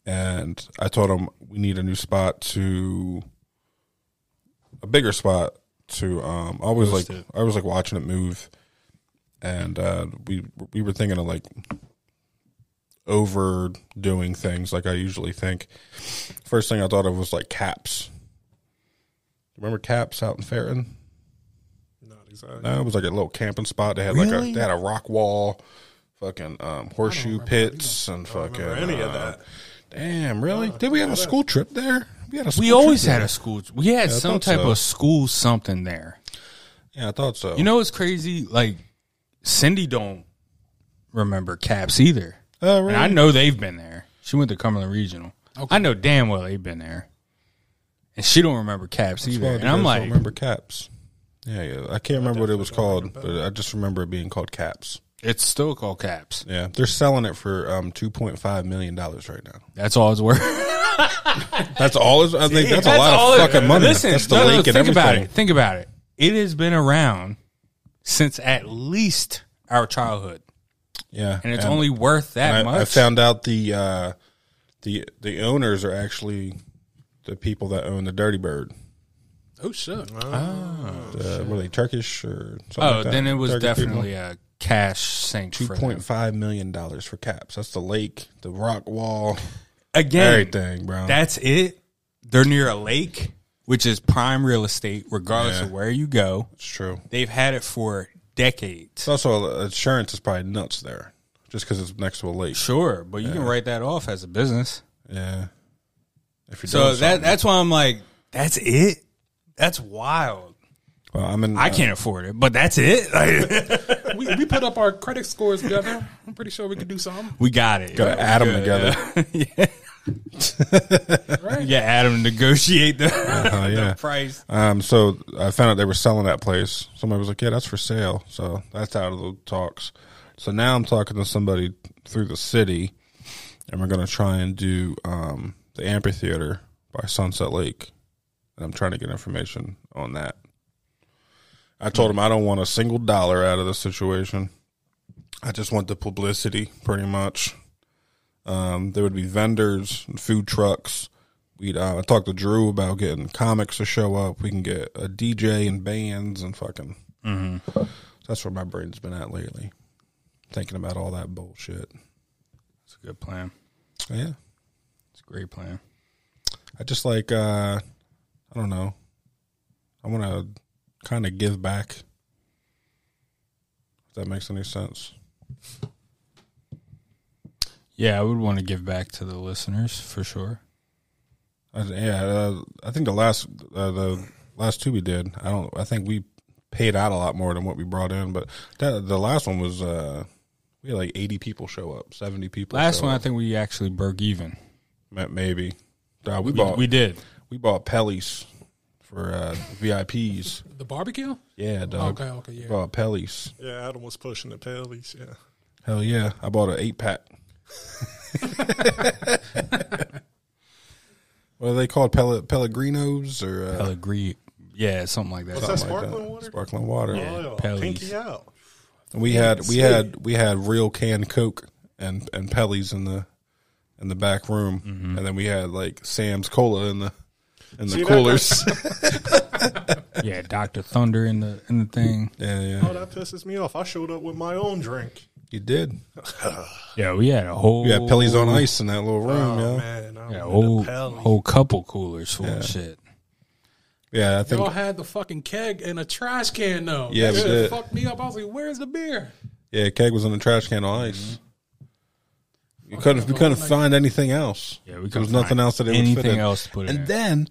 and I told him we need a new spot to a bigger spot to um. I was like I was like watching it move, and uh, we we were thinking of like overdoing things like I usually think. First thing I thought of was like caps. Remember caps out in Ferron? Not exactly. No, it was like a little camping spot. They had like a they had a rock wall, fucking um, horseshoe pits and fucking any of uh, that. Damn, really? Did we have a school trip there? We had a. School We always trip had a school. We had I some thought type so. of school something there. there. Yeah, I thought so. You know what's crazy? Like Cindy don't remember caps either. oh, really? And I know they've been there. She went to Cumberland Regional. I know damn well they've been there. And she don't remember caps That's either. why I And I'm don't like, remember caps. Yeah, yeah. I can't remember what it was called, but I just remember it being called caps. it's still called caps. Yeah, they're selling it for um, two point five million dollars right now. That's all it's worth. That's all. it's- I think that's, a That's lot all of it- fucking money. Listen, that's the no, no, link and think everything. about it. Think about it. It has been around since at least our childhood, Yeah, and it's only worth that And I, much. I found out the uh, the the owners are actually the people that own the Dirty Bird. Oh shit. The, were they Turkish or? something oh, like that? then it was Turkish definitely a cash sink. Two for point them. five million dollars for caps. That's the lake, the rock wall, again. everything, bro. Oh. That's it. They're near a lake, which is prime real estate, regardless Yeah. of where you go. That's true. They've had it for decades. It's also insurance is probably nuts there, just because it's next to a lake. Sure, but you can write that off as a business. Yeah. If you're So doing that something. that's why I'm like, that's it. That's wild. well, I'm in. uh, I can't afford it, but that's it. Like, We, we put up our credit scores together. I'm pretty sure we could do something. we got it. Gotta add them together. Yeah, Adam negotiate the, Uh, yeah. the price. Um, so I found out they were selling that place. Somebody was like, "Yeah, that's for sale." So that's out of the talks. So now I'm talking to somebody through the city, and we're gonna try and do um, the amphitheater by Sunset Lake, and I'm trying to get information on that. I told him I don't want a single dollar out of this situation. I just want the publicity, pretty much. Um, there would be vendors, and food trucks. We'd uh, I talked to Drew about getting comics to show up. We can get a DJ and bands and fucking. That's where my brain's been at lately, thinking about all that bullshit. It's a good plan. Yeah, It's a great plan. I just like uh I don't know. I want to kind of give back. If that makes any sense. Yeah, I would want to give back to the listeners for sure. I, yeah, uh, I think the last uh, the last two we did. I don't. I think we paid out a lot more than what we brought in. But that the last one was uh, we had like eighty people show up, seventy people. Last show one, I up, think we actually broke even. Ma- maybe. Uh, we, We, bought we we, did. bought Pelly's for uh, VIPs. The barbecue? Yeah, dog. Okay, okay, yeah. Bought Pelly's. Yeah, Adam was pushing the pellies. Yeah. Hell yeah! I bought an eight pack. what are they called? Pel- Pellegrinos or uh, Pellegrini. Yeah, something like that. What's that something like sparkling that. water? Sparkling water. Oh, Pellies. pinky out. We had we had we had real canned Coke and and Mm-hmm. Pelly's in the in the back room, and then we had like Sam's Cola in the and the See that, coolers. yeah, Doctor Thunder in the in the thing. yeah, Oh, yeah. that pisses me off. I showed up with my own drink. You did. Yeah, we had a whole You had Pelly's on ice in that little room, Oh, yeah. man. I Yeah, wanted a whole Pally. whole couple coolers full of shit. Yeah, I Y'all think. had the fucking keg and a trash can though. Yeah, That we shit did. Fucked me up. I was like, "Where's the beer?" Yeah, keg was in the trash can on ice. You couldn't. We couldn't find anything else. Mm-hmm. Yeah, we there was couldn't nothing find else that it would anything fit in. else to put in And there. then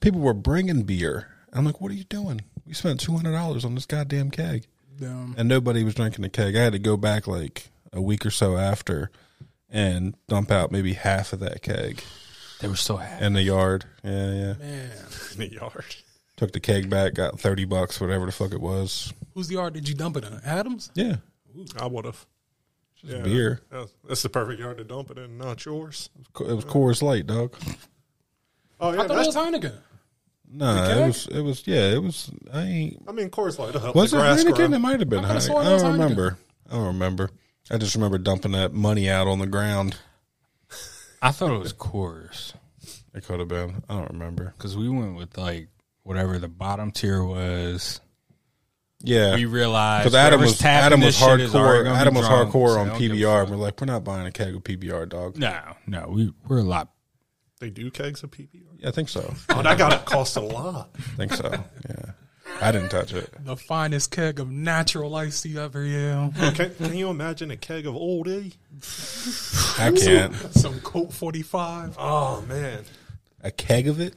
people were bringing beer. I'm like, what are you doing? We spent two hundred dollars on this goddamn keg, Um, and nobody was drinking the keg. I had to go back like a week or so after and dump out maybe half of that keg They were so happy. in the yard. Yeah, yeah. man, in the yard. Took the keg back, got thirty bucks, whatever the fuck it was. whose yard did you dump it in? Adams. Yeah, I would have. Yeah, beer. that's- That's the perfect yard to dump it in, not yours. it was Coors Light, dog. Oh yeah, I thought it was that's, Heineken. No, The it keg? was. It was. Yeah, it was. I ain't. I mean, Coors Light will help Was the it grass Heineken? grow. It might have been could've Heineken. sworn it I was don't Heineken. remember. I don't remember. I just remember dumping that money out on the ground. I thought it was Coors It could have been. I don't remember. because we went with like whatever the bottom tier was. Yeah, We realized because Adam whoever's was tapping Adam was this shit is hardcore. already gonna be Adam was drunk, hardcore so on I don't give a PBR. fuck. And we're like, we're not buying a keg of PBR, dog. No, no, we we're a lot. They do kegs of PBR. Yeah, I think so. Oh, that got to cost a lot. I think so. Yeah, I didn't touch it. The finest keg of natural ice you ever yeah. Can, can you imagine a keg of Old E? I can't. Some Colt forty five. Oh man, A keg of it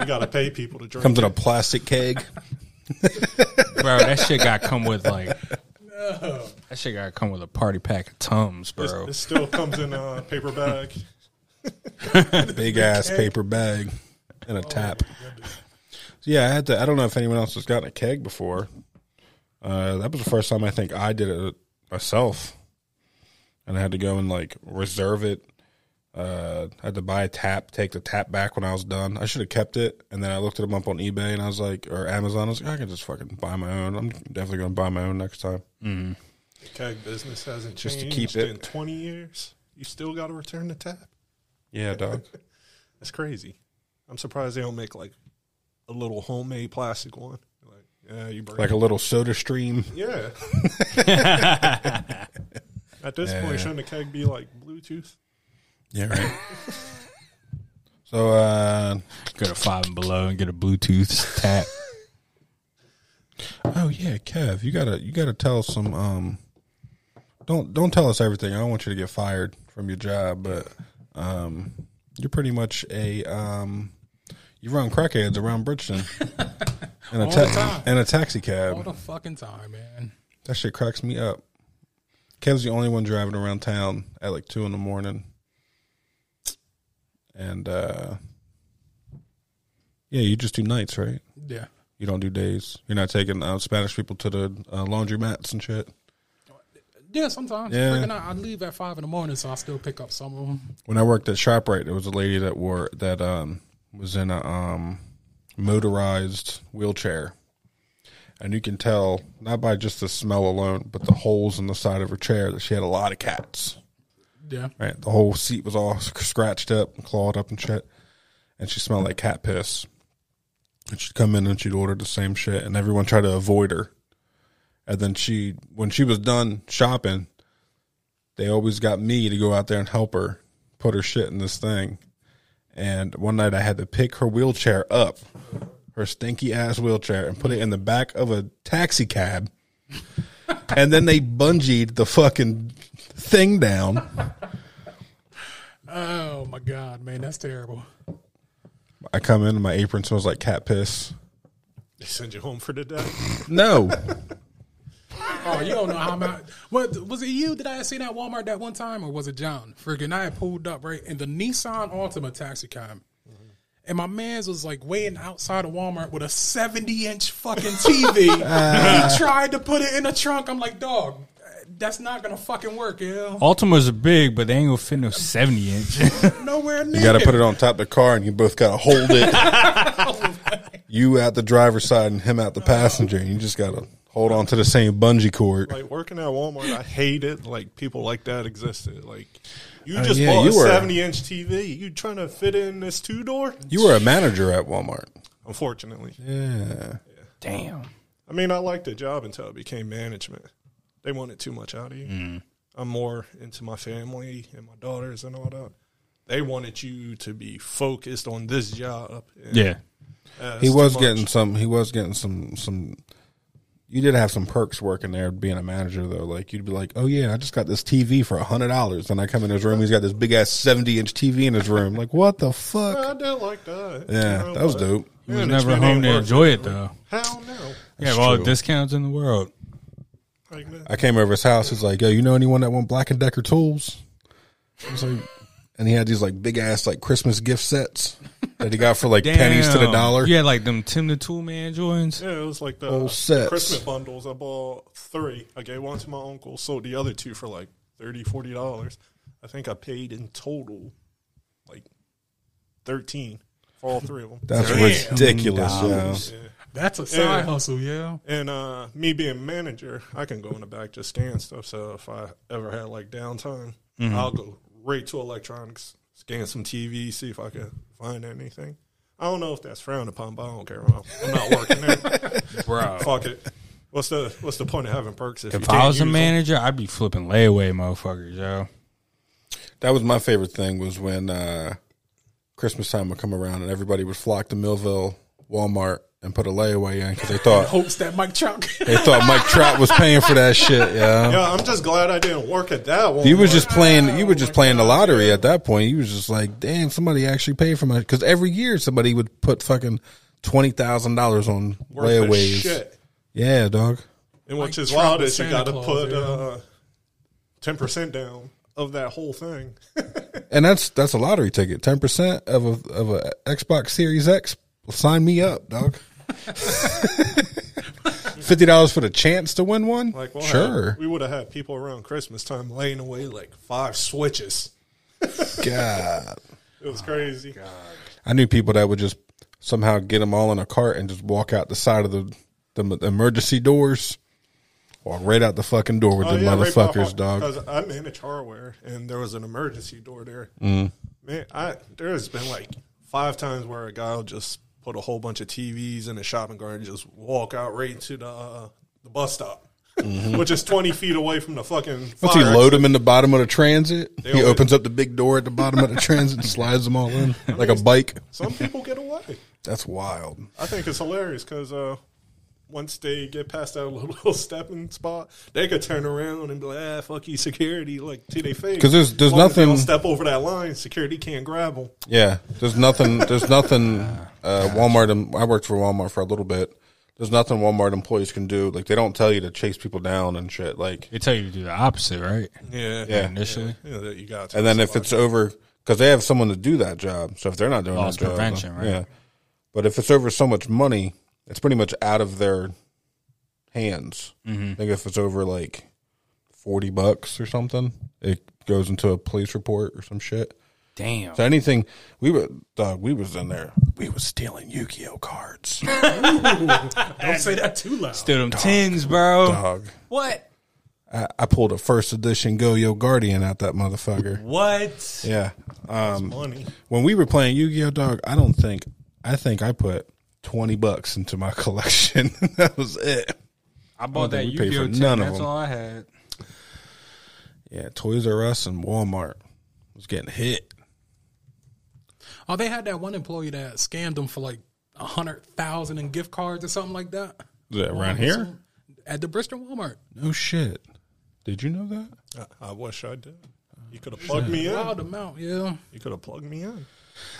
you got to pay people to drink. comes in it. a plastic keg. bro. That shit got come with like. That shit got come with a party pack of tums, This- bro. This still comes in a paper bag. big ass paper bag and a tap. yeah, I had to. I don't know if anyone else has gotten a keg before. Uh, that was the first time I think I did it myself, and I had to go and like reserve it. Uh, I had to buy a tap, take the tap back when I was done. I should have kept it, and then I looked it up on eBay, and I was like, or Amazon. I was like, I can just fucking buy my own. I'm definitely gonna buy my own next time. Keg business hasn't Just to changed keep it. in twenty years. You still got to return the tap. Yeah, dog. That's crazy. I'm surprised they don't make like a little homemade plastic one. Like, yeah, you bring like a little Soda Stream. Yeah. At this point, shouldn't a keg be like Bluetooth? Yeah, right. so, uh, Go to five and below and get a Bluetooth tap. Oh yeah, Kev, you gotta you gotta tell some. Um, don't don't tell us everything. I don't want you to get fired from your job, but um, you're pretty much a um, you run crackheads around Bridgeton in a All the ta- time. in a taxi All the cab. fucking time, man. That shit cracks me up. Kev's the only one driving around town at like two in the morning, and uh, yeah, you just do nights, right? Yeah. You don't do days. You're not taking uh, Spanish people to the uh, laundromats and shit. Yeah, sometimes. Yeah. Freaking I, I leave at five in the morning, so I still pick up some of them. When I worked at Shoprite, there was a lady that wore that um, was in a um, motorized wheelchair, and you can tell not by just the smell alone, but the holes in the side of her chair that she had a lot of cats. Yeah. Right, the whole seat was all sc- scratched up and clawed up and shit, and she smelled like cat piss. And she'd come in and she'd order the same shit, and everyone tried to avoid her. And then she, when she was done shopping, they always got me to go out there and help her put her shit in this thing. And one night I had to pick her wheelchair up, her stinky ass wheelchair, and put it in the back of a taxi cab. and then they bungeed the fucking thing down. Oh my god, man, that's terrible. I come in and my apron smells like cat piss. They send you home for the day. No. Oh, you don't know how much. What was it? You that I had seen at Walmart that one time, or was it John? Friggin', I had pulled up right in the Nissan Altima taxi cab, and my man's was like waiting outside of Walmart with a seventy-inch fucking TV. he tried to put it in the trunk. I'm like, dog, that's not gonna fucking work, yo. Ultimas are big, but they ain't gonna fit no seventy inch. Nowhere near. You got to put it on top of the car and you both got to hold it. you out the driver's side and him out the passenger. And you just got to Hold on to the same bungee cord. Like working at Walmart, I hate it. Like people like that existed. Like you Oh, just yeah, bought you a were- seventy-inch TV. You trying to fit in this two-door? You were a manager at Walmart. Unfortunately, Yeah. Damn. I mean, I liked the job until it became management. They wanted too much out of you. I'm more into my family and my daughters and all that. They wanted you to be focused on this job. And, Yeah. uh, it's he too was much. getting some. He was getting some. Some. You did have some perks working there, being a manager though. Like you'd be like, "Oh yeah, I just got this TV for a hundred dollars," and I come in his room. He's got this big ass seventy inch TV in his room. Like what the I fuck? didn't like that. Yeah, You know, that was but dope. He was management never home ain't to working. enjoy it though. Hell no. yeah, all true. the discounts in the world. Like, man, I came over his house. He's like, "Yo, you know anyone that want Black and Decker tools?" I was like, and he had these like big ass like Christmas gift sets that he got for like pennies to the Damn. dollar. Yeah, like them Tim the Tool Man joints. Yeah, it was like the, Whole the sets. Christmas bundles. I bought three. I gave one to my uncle, sold the other two for like $30, 40 dollars. I think I paid in total like thirteen for all three of them. That's ridiculous. Yo. That's a side Yeah. hustle, yeah. And uh, me being manager, I can go in the back to scan stuff. So if I ever had like downtime, I'll go right to electronics, scan some TV, see if I can find anything. I don't know if that's frowned upon, but I don't care. I'm, I'm not working there. Bro. Fuck it. What's the What's the point of having perks if, you If can't I was a use 'em? manager, I'd be flipping layaway motherfuckers, yo. That was my favorite thing was when uh, Christmas time would come around and everybody would flock to Millville Walmart and put a layaway in because they thought Hopes that Mike Trout. they thought Mike Trout was paying for that shit. Yeah, Yeah, I'm just glad I didn't work at that one. you was just playing. You were just playing the lottery at that point. You was just like, damn, somebody actually paid for my because every year somebody would put fucking twenty thousand dollars on Worth of layaways. shit. Yeah, dog. And which Like is Trump wild with is you Santa got to Claus, put yeah. uh, 10% down of that whole thing. And that's that's a lottery ticket. Ten percent of a of a Xbox Series X. Sign me up, dog. Fifty dollars for the chance to win one. Like, well, sure. we would have had people around Christmas time laying away like five switches. God, It Oh, was crazy. I knew people that would just somehow get them all in a cart and just walk out the side of the the emergency doors, walk right out the fucking door with Oh, the motherfuckers, dog. Because I manage hardware, and there was an emergency door there. Mm. Man, I there has been like five times where a guy will just put a whole bunch of TVs in a shopping cart and just walk out right to the uh, the bus stop, which is twenty feet away from the fucking. Once fire Mm-hmm. he load them in the bottom of the transit, he always- opens up the big door at the bottom of the transit and slides them all in like a bike. Some people get away. That's wild. I think it's hilarious because uh, once they get past that little stepping spot, they could turn around and be like, ah, "Fuck you, security!" Like to their face. 'Cause there's- there's As long as they nothing- don't step over that line. Security can't grab them. Yeah, there's nothing. There's nothing. Uh, Walmart. em- I worked for Walmart for a little bit. There's nothing Walmart employees can do. Like they don't tell you to chase people down and shit. Like, They tell you to do the opposite, right? Yeah, yeah. Initially. yeah that you got. And then if it's over, because they have someone to do that job. So if they're not doing Loss that job, uh, prevention, right? Yeah. But if it's over so much money, it's pretty much out of their hands. I Mm-hmm. think if it's over like forty bucks or something, it goes into a police report or some shit. Damn. So anything we were, dog, we was in there. We was stealing Yu-Gi-Oh cards. Don't say that too loud. Still them tins, bro. dog. What? I, I pulled a first edition Go Yo Guardian out that motherfucker. What? Yeah. Um, money, when we were playing Yu Gi Oh, dog, I don't think I think I put twenty bucks into my collection. that was it. I bought I that don't think Yu we paid Gi Oh for tin. none of That's them. all I had. Yeah, Toys R Us and Walmart was getting hit. Oh, they had that one employee that scammed them for like a hundred thousand in gift cards or something like that. Is that around here? At the Bristol Walmart. No shit. Did you know that? I, I wish I did. You could have plugged me in. Wild amount, yeah. You could have plugged me in.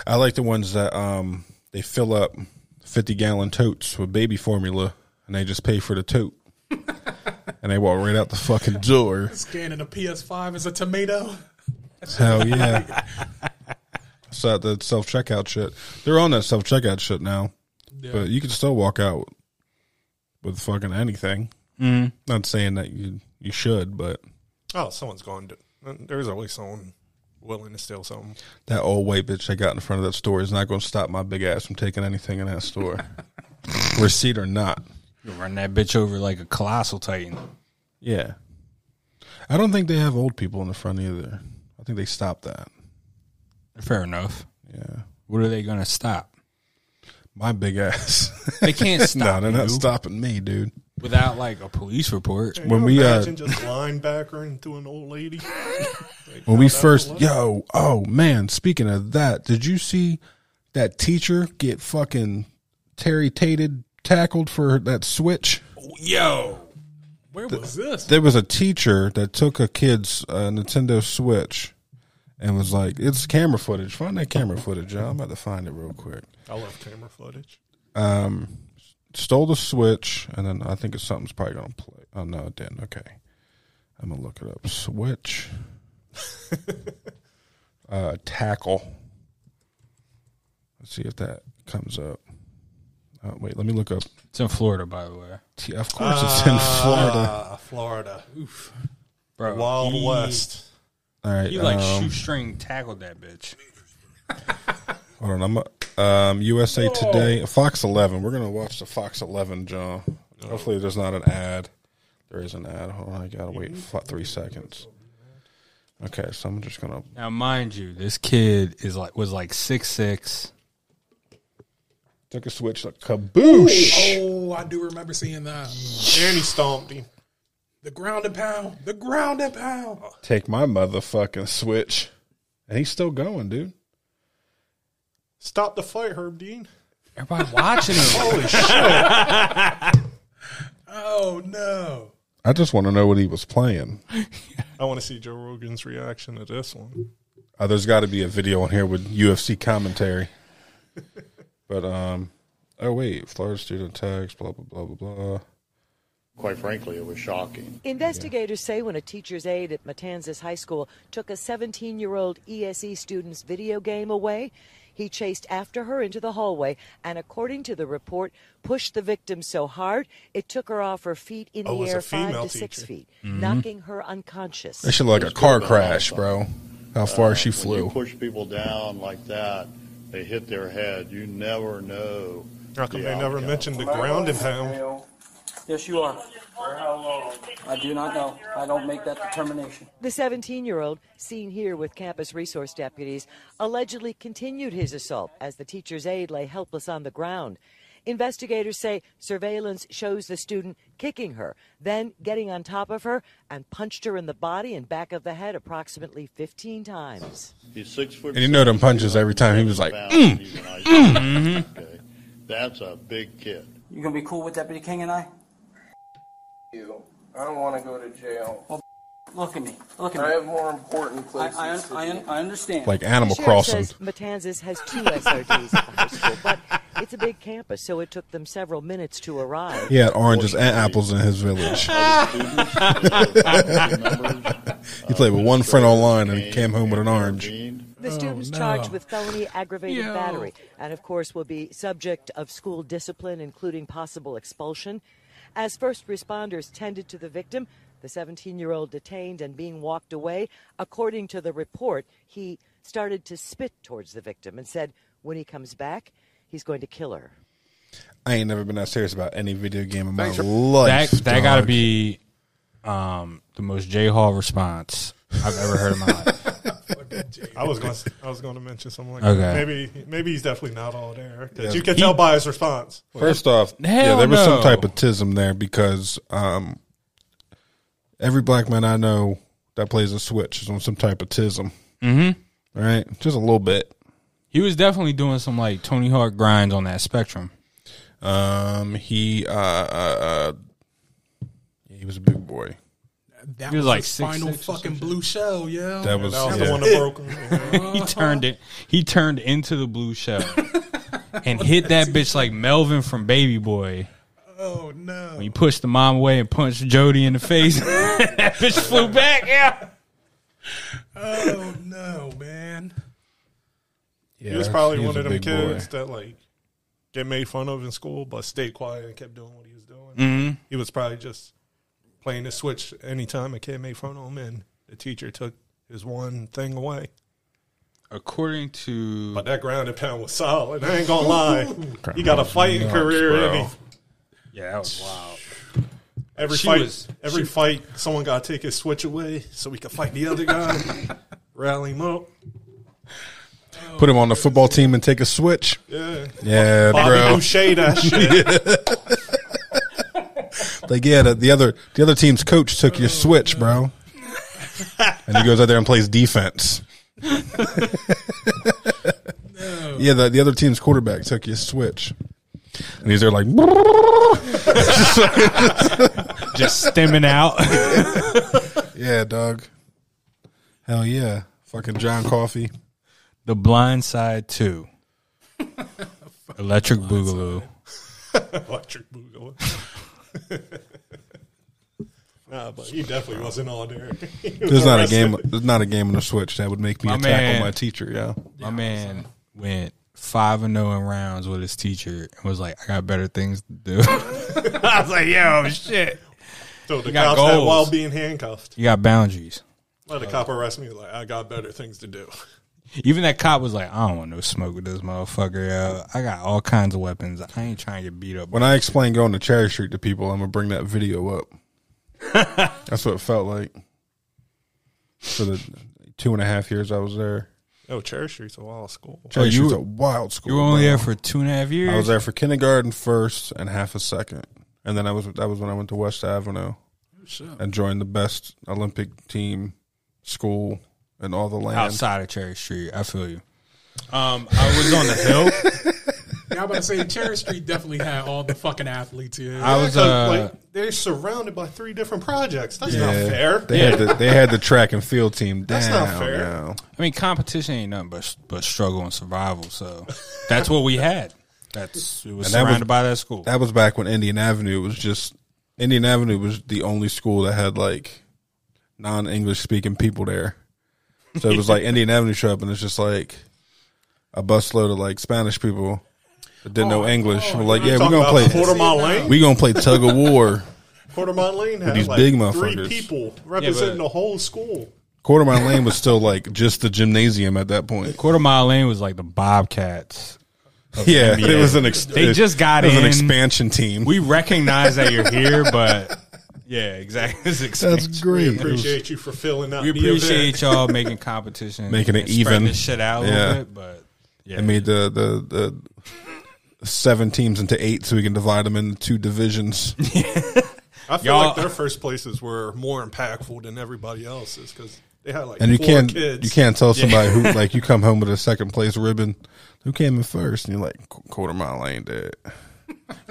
I like the ones that um they fill up fifty gallon totes with baby formula and they just pay for the tote. and they walk right out the fucking door. Scanning a PS5 as a tomato. Hell yeah. so the self checkout shit. They're on that self checkout shit now. But you can still walk out with fucking anything. Mm-hmm. Mm. Not saying that you you should, but Oh, someone's gone. To, there's always someone willing to steal something. that old white bitch I got in front of that store is not going to stop my big ass from taking anything in that store, receipt or not. You run that bitch over like a colossal titan. Yeah. I don't think they have old people in the front either. I think they stopped that. Fair enough. Yeah. What are they gonna stop? My big ass. They can't no, stop they're not you. stopping me, dude. Without like a police report. When we uh, Imagine just linebackering to an old lady. when we first yo, oh man, speaking of that, did you see that teacher get fucking Terry Tated tackled for that switch? Yo. Where was this? there was a teacher that took a kid's uh, Nintendo Switch and was like, "It's camera footage. Find that camera footage. Y'all. I'm about to find it real quick." I love camera footage. Um, stole the Switch, and then I think it's something's probably gonna play. Oh no, it didn't. Okay, I'm gonna look it up. Switch, uh, tackle. Let's see if that comes up. Uh, wait, let me look up. It's in Florida, by the way. T- of course, it's in Florida. Ah, Florida. Bro. Wild he- West. All right, He like um, shoestring tackled that bitch. Hold on, I'm um, USA Today, Fox 11. We're gonna watch the Fox 11, John. Hopefully, there's not an ad. There is an ad. Hold on, I gotta wait f- three seconds. Okay, so I'm just gonna. Now mind you, this kid is like was like six six. Took a switch, like kaboosh. Oh, I do remember seeing that. And he stomped him. The ground and pound. The ground and pound. Take my motherfucking switch, and he's still going, dude. Stop the fight, Herb Dean. Everybody watching him. Holy shit. Oh no. I just want to know what he was playing. I want to see Joe Rogan's reaction to this one. Uh, there's got to be a video on here with UFC commentary. But um, oh wait, Florida student tags, blah blah blah blah blah. Quite frankly, it was shocking. Investigators say when a teacher's aide at Matanzas High School took a 17 year old ESE E student's video game away, he chased after her into the hallway and, according to the report, pushed the victim so hard it took her off her feet in Oh, it the was a air five to female six teacher. Mm-hmm. feet, knocking her unconscious. That shit like a car crash, bro. How far she When flew. you push people down like that, they hit their head. You never know. How come the they never outcome. mentioned the ground and pound? Yes, you are. For how long? I do not know. I don't make that determination. The 17 year old, seen here with campus resource deputies, allegedly continued his assault as the teacher's aide lay helpless on the ground. Investigators say surveillance shows the student kicking her, then getting on top of her and punched her in the body and back of the head approximately 15 times. He's six foot. And you know them punches every time. He was like, mm. okay. That's a big kid. You gonna be cool with Deputy King and I? you. I don't want to go to jail. Look at me. Look I at have me. more important I, places I, to I, be. I understand. like Animal The sheriff Crossing. says Matanzas has two SRDs at the high school, but it's a big campus, so it took them several minutes to arrive. He had oranges and apples in his village. Other students, other faculty members, He played with one friend online and came home with an orange. intervened. The student's charged with felony aggravated battery and, of course, will be subject of school discipline, including possible expulsion. As first responders tended to the victim, the 17 year old detained and being walked away, according to the report, he started to spit towards the victim and said, when he comes back, he's going to kill her. I ain't never been that serious about any video game in my life. That that gotta dog. be um the most J Hall response I've ever heard in my life. I was going. to I was going to mention something like Okay. that. Maybe, maybe he's definitely not all there. 'Cause Yeah. You can tell by his response. First off, yeah, Hell there was some no. type of tism there because um, every black man I know that plays a switch is on some type of tism. Mm-hmm. Right? Just a little bit. He was definitely doing some like Tony Hawk grinds on that spectrum. Um, he uh, uh, uh, he was a big boy. That He was was, like like six, final six or fucking blue shell, yeah. That was, That was yeah. the one that broke him. He turned it. He turned into the blue shell and hit that bitch like Melvin from Baby Boy. oh no. When he pushed the mom away and punched Jody in the face, that bitch flew back. Yeah. Oh no, man. Yeah, he was probably he one a of them big boy. kids that like get made fun of in school, but stayed quiet and kept doing what he was doing. Mm-hmm. He was probably just playing the switch anytime a kid made fun of him, and the teacher took his one thing away. According to But that grounded pound was solid. I ain't gonna lie. he got a fighting career in bro. him. Yeah, that was wild. Every She fight, was- every she- fight, someone got to take his switch away so we could fight the other guy. Rally him up. Put him on the football team and take a switch. Yeah. Yeah, Bobby bro. Boucher that shit. like yeah, the, the other the other team's coach took your switch, bro. and he goes out there and plays defense. Yeah, the, the other team's quarterback took your switch. And he's there like Just stemming out. yeah, Doug. Hell yeah. Fucking John Coffee. The Blind Side 2. Electric Boogaloo. Electric boogaloo. nah, but he definitely wasn't on there. He was There's not a arrested. game there's not a game on the switch that would make me My attack man. on my teacher, yeah. My man went 5 and 0 in rounds with his teacher and was like, I got better things to do. I was like, yo, shit. So the You got cops had goals. while being handcuffed. you got boundaries. Let a cop arrest me. Like I got better things to do. Even that cop was like, I don't want no smoke with this motherfucker. Yo. I got all kinds of weapons. I ain't trying to get beat up. When I explain going to Cherry Street to people, I'm gonna bring that video up. That's what it felt like for the two and a half years I was there. Oh, Cherry Street's a wild school. Cherry Street's a wild school. You were only bro. there for two and a half years. I was there for kindergarten first and half a second, and then I was that was when I went to West Oh, Avenue shit. and joined the best Olympic team school in all the land. outside of Cherry Street. I feel you. Um, I was on the hill. Yeah, I'm about to say Cherry Street definitely had all the fucking athletes. Yeah, I was, uh, They're surrounded by three different projects. That's not Yeah. fair. They had the they had the track and field team down. That's not fair. yo. I mean, competition ain't nothing but but struggle and survival. So that's what we had. That's it was And surrounded by that school. That was back when Indian Avenue was just Indian Avenue was the only school that had like non English speaking people there. So it was like Indian Avenue show up and it's just like a busload of like Spanish people that didn't know English. We're like, Oh, yeah, you're we're talking gonna about play Quarter Mile Lane? We gonna play tug of war. Quartermont Lane had these like big three motherfuckers. people representing the whole school. Quarter Mile Lane was still like just the gymnasium at that point. Quarter mile lane was like the Bobcats. of the Yeah, NBA. it was an ex- they just got it was in. an expansion team. We recognize that you're here, but yeah, exactly. It's expansion. great. We appreciate you for filling out. We the appreciate event. y'all making competition, making it and spreading even this shit out a little bit. But yeah, I made the the the seven teams into eight, so we can divide them into two divisions. I feel Y'all- like their first places were more impactful than everybody else's because they had like and you 4 can't kids. you can't tell somebody Yeah. who like you come home with a second place ribbon who came in first, and you're like "Qu- quarter mile ain't dead.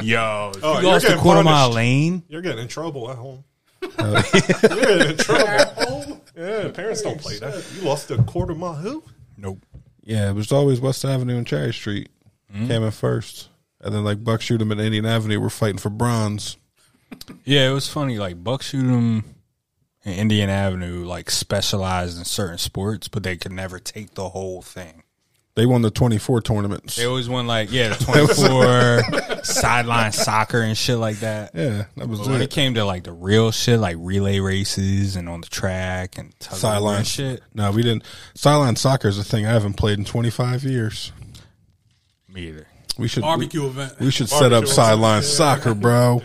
yo, if Oh, you you're lost the getting quarter punished. mile lane. You're getting in trouble at home. Oh. You're in trouble at home. Yeah, parents don't play that. You lost a quarter mile. Who? Nope. Yeah, it was always West Avenue and Cherry Street Mm-hmm. came in first, and then like Buck shoot 'em and Indian Avenue were fighting for bronze. Yeah, it was funny. Like Buck Shootem and Indian Avenue like specialized in certain sports, but they could never take the whole thing. They won the 24 tournaments. They always won like yeah, the twenty four sideline soccer and shit like that. Yeah, that was But when it. it came to Oh, like the real shit, like relay races and on the track and tug of war Sideline and shit. No, we didn't. Sideline soccer is a thing I haven't played in 25 years. Me either. We should Barbecue we, event. We should set Barbecue up event. sideline Yeah. soccer, bro.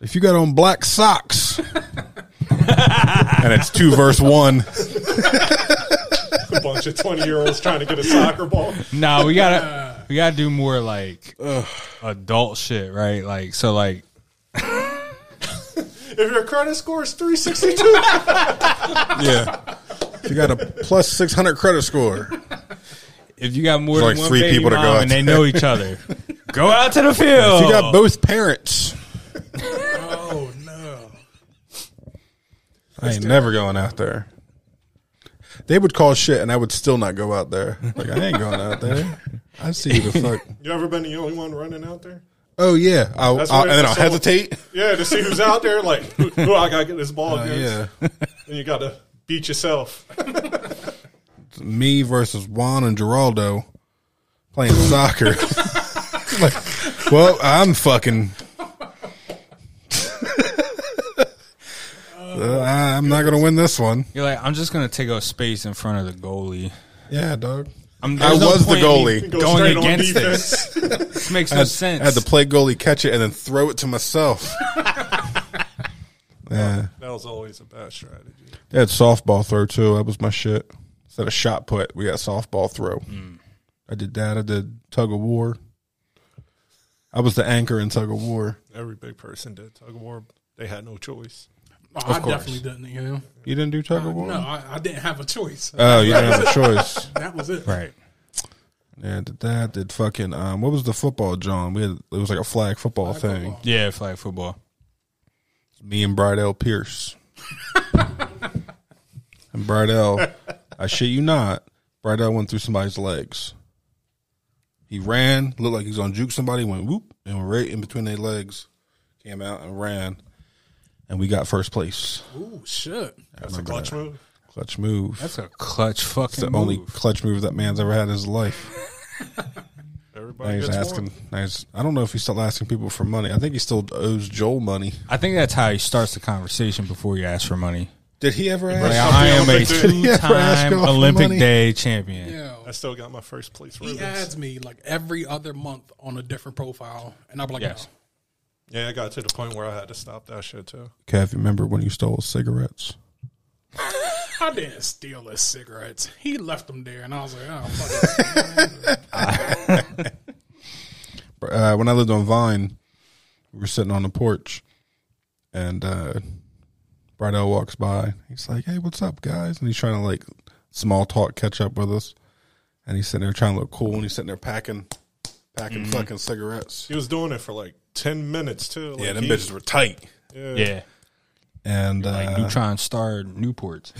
If you got on black socks and it's two verse one, A bunch of twenty year olds trying to get a soccer ball. No, we gotta we gotta do more like adult shit, right? Like so, like If your credit score is three sixty two, yeah. If you got a plus 600 credit score, if you got more There's than like one three baby people to go mom out and they there. know each other, go out to the field. if you got both parents, Oh no! I ain't never going out there. They would call shit, and I would still not go out there. Like I ain't going out there. I see you the fuck. you ever been the only one running out there? Oh yeah, I'll, That's I'll, what and then I'll it's all- hesitate. Yeah, to see who's out there. Like, who, who I gotta get this ball Uh, against. yeah. and you gotta beat yourself. me versus Juan and Geraldo playing soccer. like, well, I'm fucking. Uh, I- I'm not gonna win this one. You're like, I'm just gonna take up space in front of the goalie. Yeah, dog. I'm- I there's no was the point in me goalie going against this. this makes no I had, sense. I had to play goalie, catch it, and then throw it to myself. yeah. That was always a bad strategy. They had softball throw too. That was my shit. Instead of shot put, we got softball throw. I did that. I did tug of war. I was the anchor in tug of war. Every big person did tug of war. They had no choice. Oh, I definitely didn't. You know, You didn't do tug of war. no, I, I didn't have a choice. uh, Oh, you didn't have a choice. that was it. Yeah, did that. Did fucking um, what was the football, John? We had it was like a flag football thing. Yeah, flag football. Me and Bridell Pierce. and Bridell, I shit you not, Bridell went through somebody's legs. He ran, looked like he was gonna juke somebody, went whoop, and went right in between their legs, came out and ran, and we got first place. Ooh, shit. I remember that. Clutch move. That's a clutch fucking. It's the only clutch move that man's ever had in his life. Everybody Now he's gets asking. now he's- I don't know if he's still asking people for money. I think he still owes Joel money. I think that's how he starts the conversation before you ask for money. Did he ever Like, ask? I am a Did he ever ask two-time y'all for Olympic money? Day champion. Yeah. I still got my first place He ribbons. adds me like every other month on a different profile, and I'm like, Yes. Yeah, I got to the point where I had to stop that shit too. Kev, you remember when you stole cigarettes? no, I didn't steal his cigarettes. He left them there, and I was like, oh, fuck it. uh, when I lived on Vine, we were sitting on the porch, and uh, Bridell walks by. He's like, "Hey, what's up, guys?" And he's trying to like small talk, catch up with us. And he's sitting there trying to look cool, and he's sitting there packing, packing Mhm. fucking cigarettes. He was doing it for like ten minutes too. Like, Yeah, them he- bitches were tight. Yeah. Yeah. And uh, Like neutron star Newports.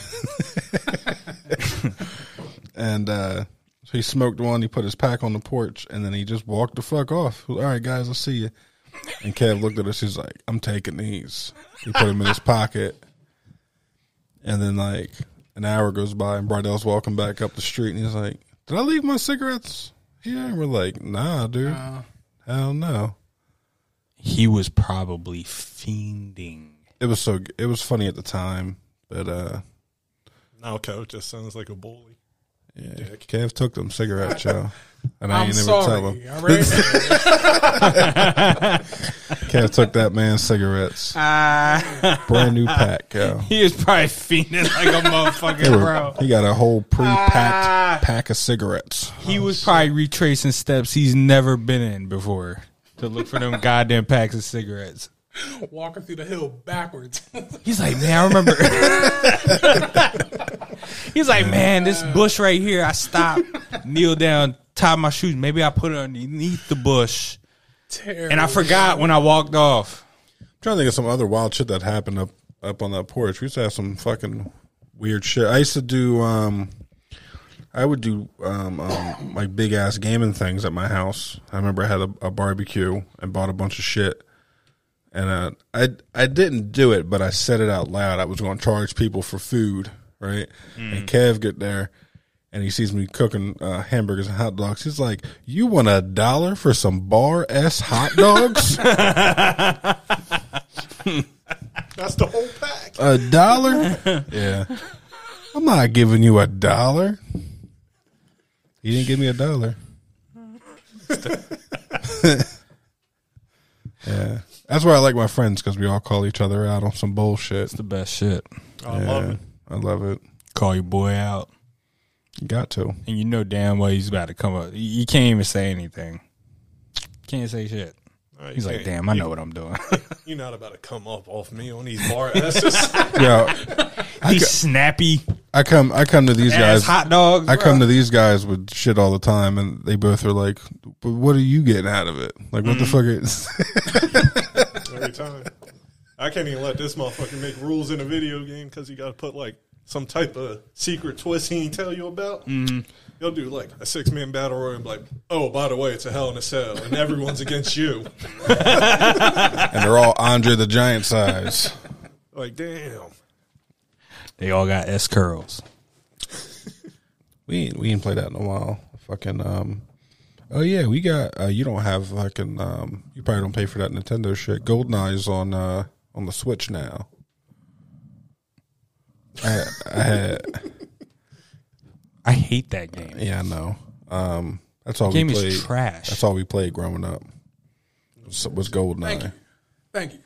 and uh, so he smoked one. He put his pack on the porch, and then he just walked the fuck off. He was, All right, guys, I'll see you. And Kev looked at us. He's like, "I'm taking these." He put them in his pocket, and then like an hour goes by, and Bridell's walking back up the street, and he's like, "Did I leave my cigarettes here?" And we're like, "Nah, dude, hell no." He was probably fiending. It was so g- it was funny at the time, but uh, Now coach just sounds like a bully. yeah, Kev took them cigarettes, yo, and I I'm ain't never sorry, tell him. all right? Kev took that man's cigarettes. Ah. Brand new pack, yo. He was probably fiending like a They motherfucker, were- bro. Ah. He got a whole pre-packed pack of cigarettes. He was probably retracing steps he's never been in before to look for them goddamn packs of cigarettes. Walking through the hill backwards. He's like, man, I remember. He's like, man, this bush right here. I stopped, kneel down, tie my shoes. Maybe I put it underneath the bush, and I forgot when I walked off. I'm trying to think of some other wild shit that happened up up on that porch. We used to have some fucking weird shit. I used to do um I would do um, um like big ass gaming things at my house. I remember I had a, a barbecue and bought a bunch of shit. And uh, I I didn't do it, but I said it out loud. I was going to charge people for food, right? Mm. And Kev get there, and he sees me cooking uh, hamburgers and hot dogs. He's like, "You want a dollar for some bar s hot dogs?" That's the whole pack. A dollar? yeah. I'm not giving you a dollar. You didn't give me a dollar. yeah. That's why I like my friends because we all call each other out on some bullshit. It's the best shit. I love it. I love it. Call your boy out. You got to. And you know damn well he's about to come up. You- You can't even say anything. Can't say shit. Right, He's you like, can't- damn, I you- know what I'm doing. You're not about to come up off me on these bar asses. Yo, He's snappy. I come I come to these Ass guys hot dogs, I bruh. come to these guys with shit all the time and they both are like, "But what are you getting out of it? Like what the fuck Mm-hmm. is Every time. I can't even let this motherfucker make rules in a video game because you got to put like some type of secret twist he ain't tell you about. Mm. Mm-hmm. He'll do like a six man battle royal and be like, oh, by the way, it's a hell in a cell and everyone's against you. and they're all Andre the Giant size. Like, damn. They all got S curls. We ain't we ain't played that in a while. Fucking um, oh yeah, we got uh, you don't have fucking um, you probably don't pay for that Nintendo shit. Goldeneye's on uh on the Switch now. I I had I hate that game. yeah I know Um, that's all Game we is played. trash. That's all we played growing up. Was, was Thank Goldeneye. Thank you.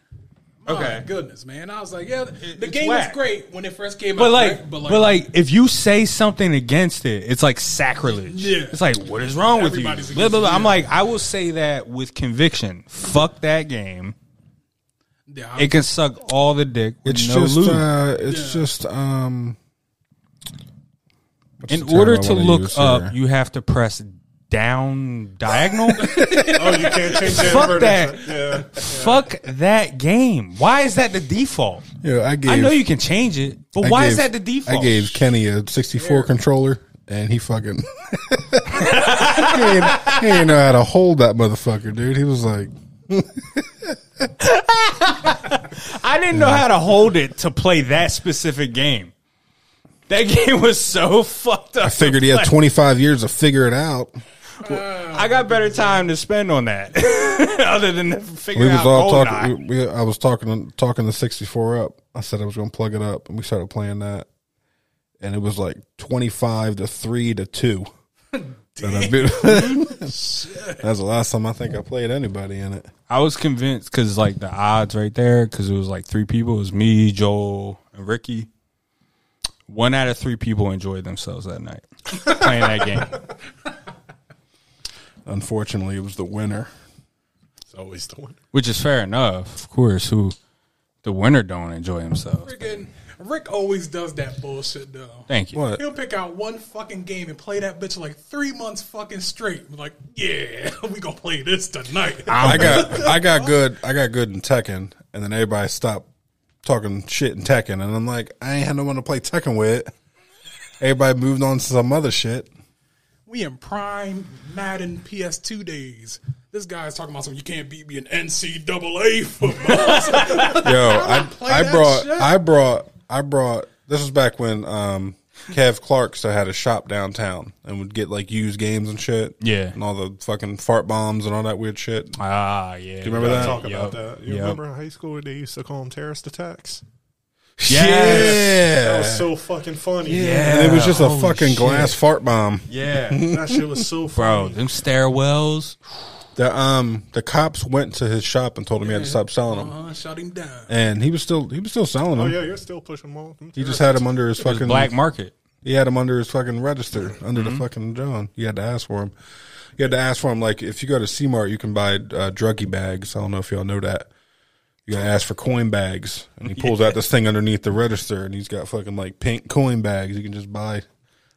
My Okay. goodness, man. I was like, yeah, the it's game whack. was great when it first came But out. like, right? but like, if you say something against it, it's like sacrilege. Yeah. It's like, what is wrong with you? Everybody's Blah, blah, against blah. it. I'm like, I will say that with conviction. Fuck that game. Yeah, it can suck all the dick. With It's no just, loot. uh, it's just, um, what's the In term order I to wanna look use up, here? you have to press down diagonal. oh, you can't change the Fuck inverted- that. Yeah. Fuck that game. Why is that the default? Yeah, I I gave- know you can change it, but I why is gave- that the default? I gave Kenny a 64 controller, and he fucking he, ain't, he ain't know how to hold that motherfucker, dude. He was like, I didn't know how to hold it to play that specific game. That game was so fucked up. I figured he had 25 years to figure it out. I got better time to spend on that, other than to figure we was out all Goldeneye. talking. We, we- I was talking talking the 64 up. I said I was going to plug it up, and we started playing that, and it was like 25 to three to two. That I beat- That's the last time I think I played anybody in it. I was convinced because like the odds right there, because it was like three people. It was me, Joel, and Ricky. One out of three people enjoyed themselves that night playing that game. Unfortunately, it was the winner. It's always the one. which is fair enough, of course. Who the winner don't enjoy themselves? Freaking Rick always does that bullshit though. Thank you. What? He'll pick out one fucking game and play that bitch like three months fucking straight. Like, yeah, we gonna play this tonight. I got I got good I got good in Tekken, and then everybody stopped talking shit in Tekken, and I'm like, I ain't had no one to play Tekken with. Everybody moved on to some other shit. We in prime Madden PS2 days. This guy's talking about something you can't beat me in NCAA football. Yo, I, I brought I brought I brought this was back when um Kev Clark still had a shop downtown and would get like used games and shit. Yeah. And all the fucking fart bombs and all that weird shit. Ah, yeah. Do you remember that? Talk about that. You remember in high school they used to call them terrorist attacks? Yeah. That was so fucking funny. And it was just a Holy fucking shit. glass fart bomb. Yeah. that shit was so Bro, funny. them stairwells. The um the cops went to his shop and told him he had to stop selling them. Uh, shut him down. And he was still he was still selling Oh them. yeah, you're still pushing them all. He just had him under his It was fucking black Mm-hmm. market. He had him under his fucking register, under the fucking John. You had to ask for him. You had to ask for him. Like if you go to C-Mart, you can buy uh, druggy bags. I don't know if y'all know that. You gotta ask for coin bags, and he pulls out this thing underneath the register, and he's got fucking like pink coin bags. You can just buy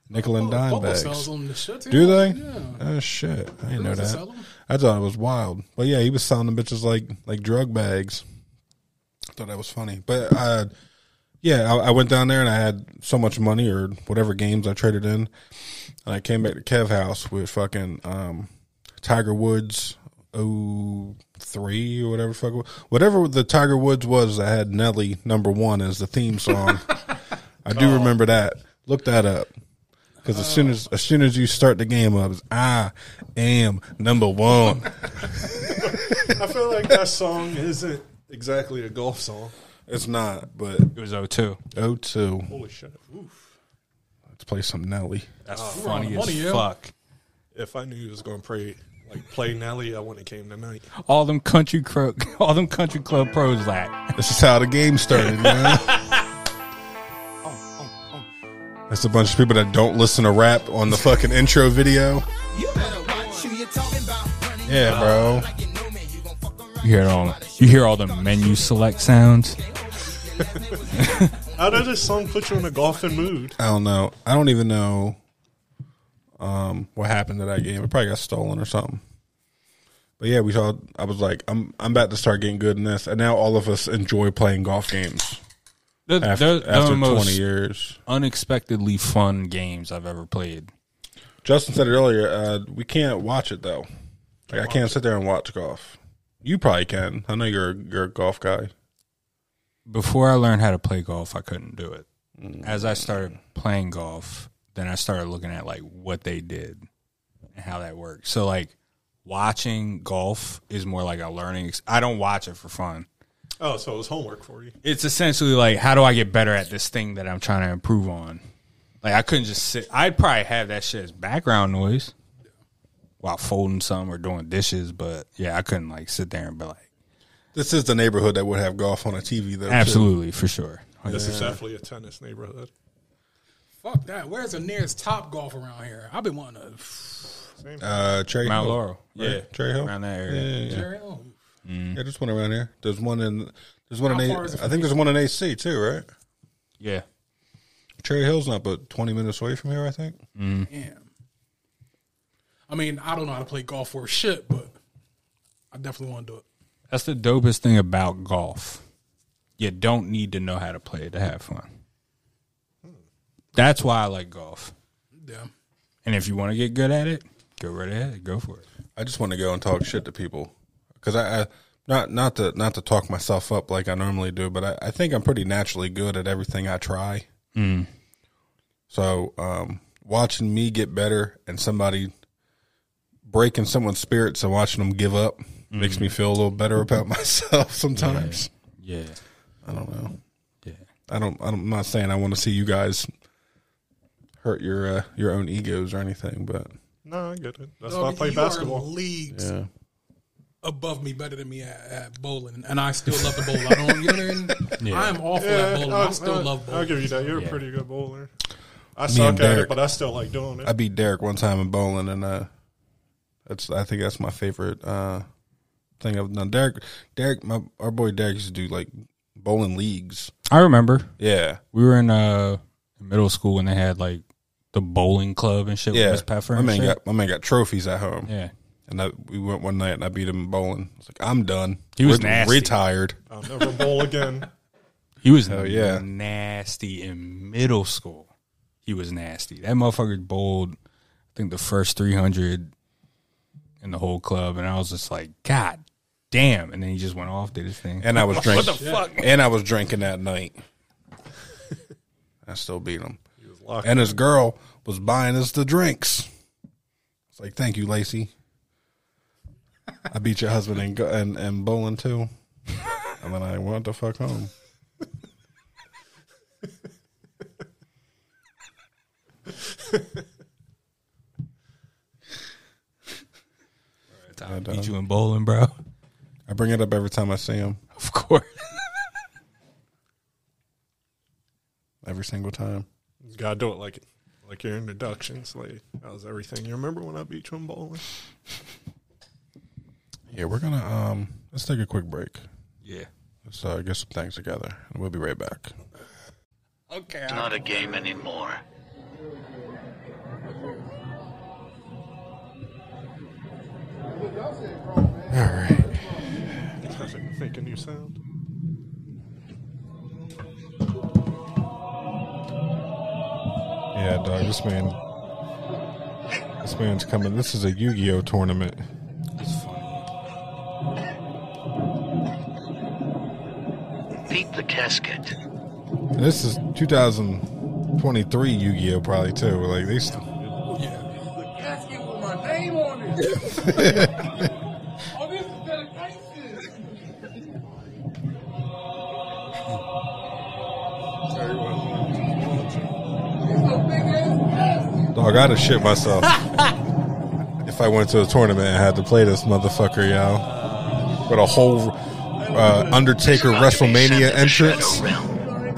nickel Oh, and dime Bubble bags. sells them the shit, Do yeah. they? Oh shit! I didn't know Girls that that. sell 'em? I thought it was wild, but yeah, he was selling them bitches like like drug bags. I thought that was funny, but uh, yeah, I, I went down there and I had so much money or whatever games I traded in, and I came back to Kev House with fucking um, Tiger Woods. Oh three or whatever the fuck it was. whatever the Tiger Woods was I had Nelly number one as the theme song. I do remember that. Look that up. Because as soon as as soon as you start the game up, it's, I am number one. I feel like that song isn't exactly a golf song. it's not, but It was 02. O two. Holy shit! Oof. Let's play some Nelly. That's we're on funny the money, as yeah. fuck. If I knew you was gonna play like play Nelly, I wouldn't have came tonight. All them country cro- all them country club pros like This is how the game started, man. That's a bunch of people that don't listen to rap on the fucking intro video. Yeah, bro. You hear all you hear all the menu select sounds. How does this song put you in a golfing mood? I don't know. I don't even know um, what happened to that game. It probably got stolen or something. But yeah, we saw. I was like, I'm I'm about to start getting good in this, and now all of us enjoy playing golf games They're, after, they're- they're after the most 20 years. unexpectedly fun games I've ever played. Justin said it earlier. Uh, we can't watch it though. Like I can't sit there and watch golf. You probably can. I know you're a- you're a golf guy. Before I learned how to play golf, I couldn't do it. Mm. As I started playing golf, then I started looking at like what they did and how that worked. So like watching golf is more like a learning. Ex- I don't watch it for fun. Oh, so it was homework for you. it's essentially like how do I get better at this thing that I'm trying to improve on? Like I couldn't just sit. I'd probably have that shit as background noise. while folding some or doing dishes. But yeah, I couldn't like sit there and be like, This is the neighborhood that would have golf on a TV. Though, too. absolutely for sure. This is Yeah. definitely a tennis neighborhood. Fuck that. Where's the nearest top golf around here? I've been wanting to. Uh, Cherry Mount Hill, Laurel. right? Yeah, Cherry Hill, around that area. Yeah, yeah, yeah. Cherry Hill. Yeah, there's one around here. There's one in. There's one How in. A, far is it I think there's one in AC too, right? Yeah. Cherry Hill's not but 20 minutes away from here, I think. Mm-hmm. Mm. Damn. I mean, I don't know how to play golf for shit, but I definitely want to do it. That's the dopest thing about golf. You don't need to know how to play it to have fun. That's why I like golf. Yeah. And if you want to get good at it, go right ahead. Go for it. I just want to go and talk shit to people because I, I not not to not to talk myself up like I normally do, but I, I think I'm pretty naturally good at everything I try. Mm. So um, watching me get better and somebody breaking someone's spirits and watching them give up makes Mm. me feel a little better about myself sometimes. Yeah. I don't know. Yeah. I don't. I don't- I'm not saying I want to see you guys hurt your uh, your own egos or anything, but No, I get it. That's No, why I but play you are basketball. leagues Yeah. above me, better than me at, at bowling, and I still love to bowl. I don't, you know what I mean? Yeah. I am awful Yeah, at bowling. I, Uh, I'll- still I'll- love bowling. I'll give you that. You're Yeah. a pretty good bowler. I Me suck and at Derek. it, but I still like doing it. I beat Derek one time in bowling, and uh, that's I think that's my favorite uh, thing I've done. Derek, Derek, my our boy Derek used to do like bowling leagues. I remember. Yeah. We were in uh middle school when they had like the bowling club and shit yeah, with Miss Peffer my and man shit. got my man got trophies at home. Yeah. and I, we went one night and I beat him in bowling. I was like, I'm done. He was Ret- nasty. retired. I'll never bowl again. He was Hell yeah. nasty in middle school. He was nasty. That motherfucker bowled, I think, the first 300 in the whole club. And I was just like, God damn. And then he just went off, did his thing. And I was drinking. What the fuck? And I was drinking that night. I still beat him. lucky. And his girl was buying us the drinks. It's like, thank you, Lacey. I beat your husband and and, and bowling too. And then I went the fuck home. I beat you in bowling, bro. I bring it up every time I see him. Of course. every single time. You gotta do it like like your introductions. Like that was everything. You remember when I beat you in bowling? Yeah, we're gonna um let's take a quick break. Yeah. Let's uh, get some things together and we'll be right back. Okay. It's not a game anymore. All right. Doesn't make a new sound. Yeah, dog, this man This man's coming. This is a Yu-Gi-Oh tournament. Beat the casket. And this is 2023 Yu-Gi-Oh probably too. Like they st- Casket with my name on it. oh, this is dedication. dog, I'd have shit myself. if I went to a tournament and had to play this motherfucker, yo. With a whole uh, Undertaker WrestleMania entrance.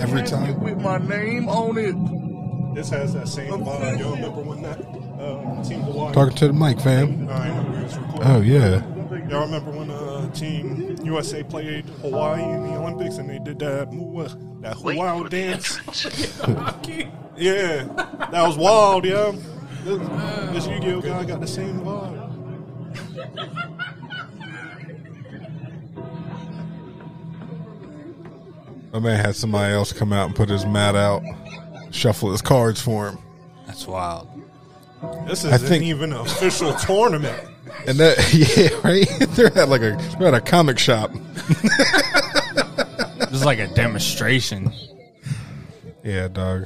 Every time. With my name on it. This has that same vibe. You remember when that uh, team Hawaii? Talking to the mic, fam. I know we was recording. Oh, yeah. Y'all remember when uh, team USA played Hawaii in the Olympics and they did that mua, that Wait wild for the dance? entrance. yeah, that was wild, yo. This, this Yu-Gi-Oh guy got the same vibe. My man had somebody else come out and put his mat out, shuffle his cards for him. That's wild. This I isn't think- even an official tournament. And that, yeah, right? They're at like a, they're at a comic shop. This is like a demonstration. Yeah, dog.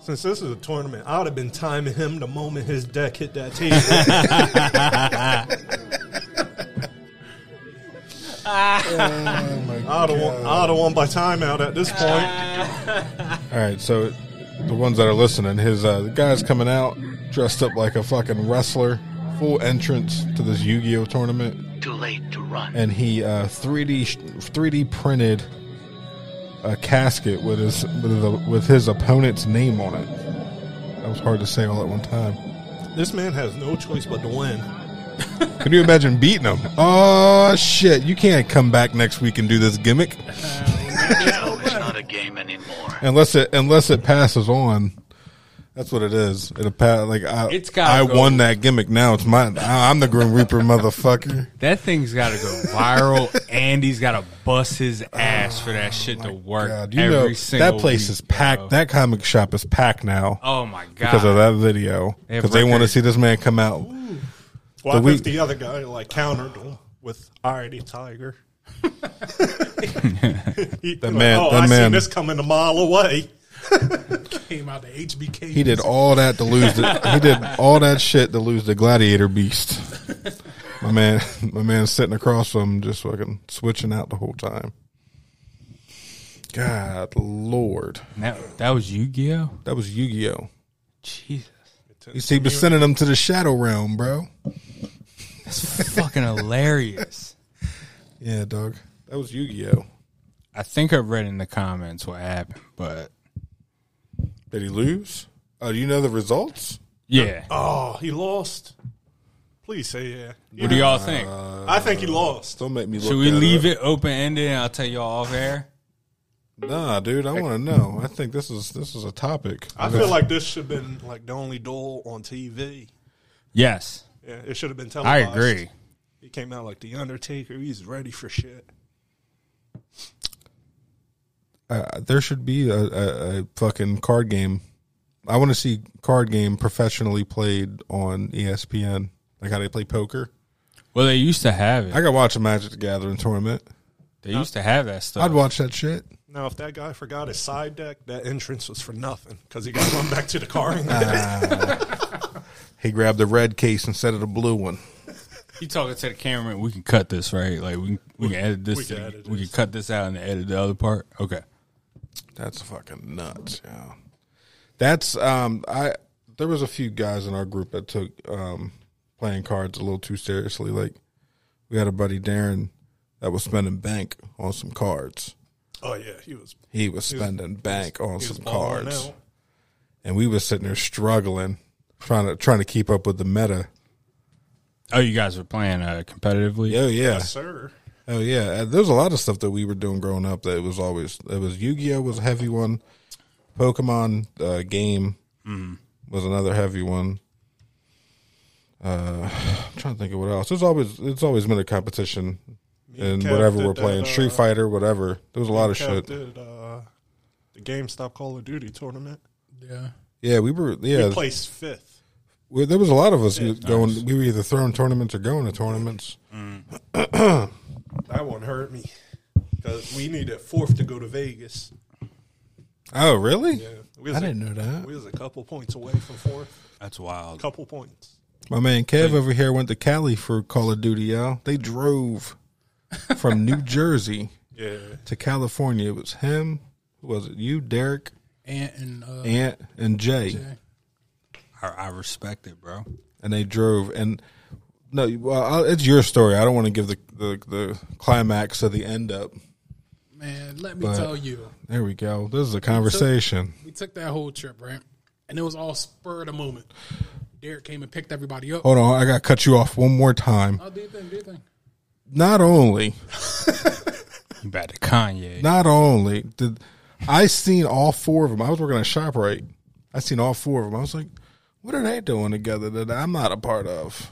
Since this is a tournament, I'd have been timing him the moment his deck hit that table. I'd have won, I'd have won by timeout at this point. All right, so the ones that are listening, his uh, the guy's coming out dressed up like a fucking wrestler, full entrance to this Yu-Gi-Oh tournament. Too late to run. And he uh, 3D sh- 3D printed a casket with his with, the, with his opponent's name on it. That was hard to say all at one time. This man has no choice but to win. Can you imagine beating him? Oh shit! You can't come back next week and do this gimmick. No, it's not a game anymore. unless it unless it passes on. That's what it is. It'll pass. Like I, It's gotta I go. won that gimmick. Now it's mine. I- I'm the Grim Reaper, motherfucker. That thing's got to go viral. Andy's got to bust his ass for that shit to work. Oh God, you every know single that place week, is packed. bro. That comic shop is packed now. Oh, my God. Because of that video, They have because they want to records. see this man come out. Well, The the, week- the other guy like countered him with already tiger. he, That man- oh, that I man- seen this coming a mile away. Came out the HBK. He did all that to lose. The, he did all that shit to lose the gladiator beast. My man, my man, sitting across from him, just fucking switching out the whole time. God, Lord, that, that was Yu Gi Oh. That was Yu Gi Oh. Jesus, He's- He was sending them to the shadow realm, bro. that's fucking hilarious. Yeah, dog. That was Yu Gi Oh. I think I read in the comments what happened, but did he lose? Oh, do you know the results? Yeah. Oh, he lost. Please say yeah. What do y'all think? I think he lost. Don't make me. Should we leave it open ended and I'll tell y'all off air? Nah, dude. I want to know. I think this is this is a topic. I feel like this should have been like the only duel on TV. Yes. Yeah, it should have been I televised. agree. He came out like the Undertaker. He's ready for shit. uh, there should be a, a, a fucking card game. I want to see card game professionally played on E ESPN, like how they play poker. Well, they used to have it. I could watch a Magic the Gathering tournament. They used to have that stuff. I'd watch that shit. Now, if that guy forgot his side deck, that entrance was for nothing because he got run back to the car. Ah. He grabbed the red case instead of the blue one. You talking to the cameraman? We can cut this, right? Like we can, we can edit this. we can to- edit we can cut this out and edit the other part. Okay. That's fucking nuts. Yeah. That's um I there was a few guys in our group that took um playing cards a little too seriously. Like we had a buddy Darren that was spending bank on some cards. Oh yeah, he was. He was spending bank on he was some balling cards. out. And we was sitting there struggling trying to trying to keep up with the meta. Oh, you guys were playing uh, competitively. Oh yeah. Yes, sir. Oh yeah, Uh, there's a lot of stuff that we were doing growing up that was always it was Yu-Gi-Oh was a heavy one, Pokemon uh, game Mm-hmm. was another heavy one. Uh, I'm trying to think of what else. There's always it's always been a competition in Kev whatever did we're that, playing, uh, Street Fighter, whatever. There was a lot of Cap shit. Did, uh, the GameStop Call of Duty tournament. Yeah. Yeah, we were yeah. He placed fifth. we- there was a lot of us going. We were either throwing tournaments or going to tournaments. That one hurt me because we needed fourth to go to Vegas. Oh really? Yeah, I didn't know that. We was a couple points away from fourth. That's A wild. couple points. My man Kev over here went to Cali for Call of Duty, y'all. They drove from New Jersey Yeah. to California. It was him, who was it? You, Derek, Ant and uh, Ant, and Jay. I, I respect it, bro. And they drove. And no, well, I'll, it's your story. I don't want to give the, the, the climax of the end up. man, let me But tell you, There we go. This is a conversation. we took that whole trip, right? And it was all spur of the moment. Derek came and picked everybody up. Hold on. I got to cut you off one more time. Oh, do you think? Do you think? Not only You back to Kanye. Not only did I seen all four of them. I was working at Shoprite. I seen all four of them. I was like, "What are they doing together that I'm not a part of?"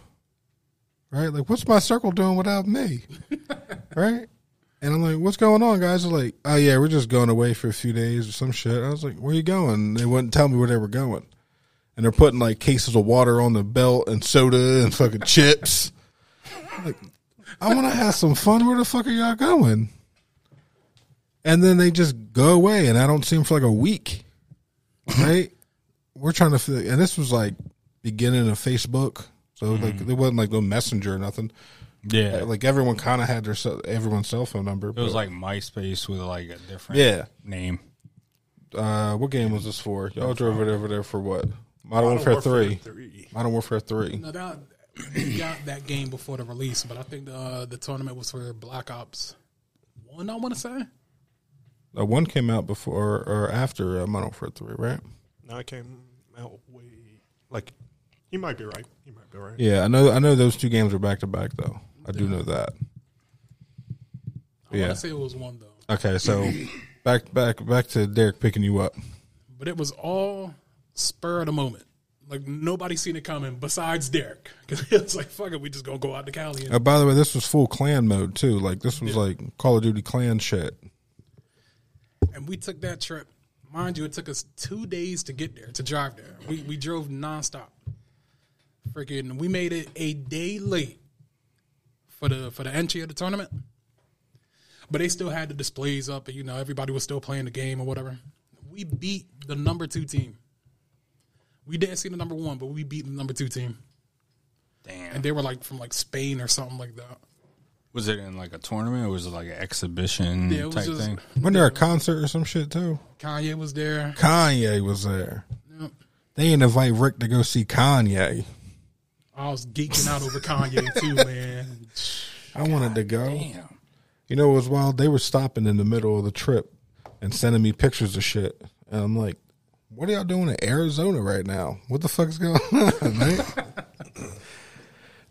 Right? Like, what's my circle doing without me? right? And I'm like, "What's going on, guys?" They're like, "Oh yeah, we're just going away for a few days or some shit." I was like, "Where you going?" They wouldn't tell me where they were going. And they're putting like cases of water on the belt and soda and fucking chips. Like, I want to have some fun. Where the fuck are y'all going? and then they just go away, and I don't see them for like a week. Right? We're trying to, fi- and this was like beginning of Facebook, so like there wasn't like no messenger or nothing. Mm-hmm. Yeah. like everyone kind of had their cell- everyone's cell phone number. It was but, like MySpace with like a different Yeah. name. uh, what game was this for? Y'all drove it over there for what? Modern, Warfare, Warfare Three. Modern Warfare Three. No, that, we got that game before the release, but I think the uh, the tournament was for Black Ops One. I want to say. Uh, one came out before or after uh, Modern Warfare Three, right? Now it came out way like he might be right. He might be right. Yeah, I know. I know those two games were back to back, though. I do know that. I want to say it was one though, Okay, so back back back to Derek picking you up. but it was all spur of the moment. Like nobody seen it coming besides Derek because he was like, "Fuck it, we just gonna go out to Cali." And Uh, by the way, this was full clan mode too. Like this was like Call of Duty clan shit. and we took that trip. Mind you, it took us two days to get there, to drive there. We we drove nonstop. Freaking, we made it a day late for the for the entry of the tournament. But they still had the displays up, and you know everybody was still playing the game or whatever. We beat the number two team. We didn't see the number one, but we beat the number two team. Damn. And they were like from like Spain or something like that. Was it in like a tournament or was it like an exhibition Yeah, it was type just- thing? Wasn't there a concert or some shit too? Kanye was there. Kanye was there. Yep. They didn't invite Rick to go see Kanye. I was geeking out over Kanye too, man. I wanted to go. damn. You know, it was wild. They were stopping in the middle of the trip and sending me pictures of shit, and I'm like, "What are y'all doing in Arizona right now? What the fuck's going on?" man?"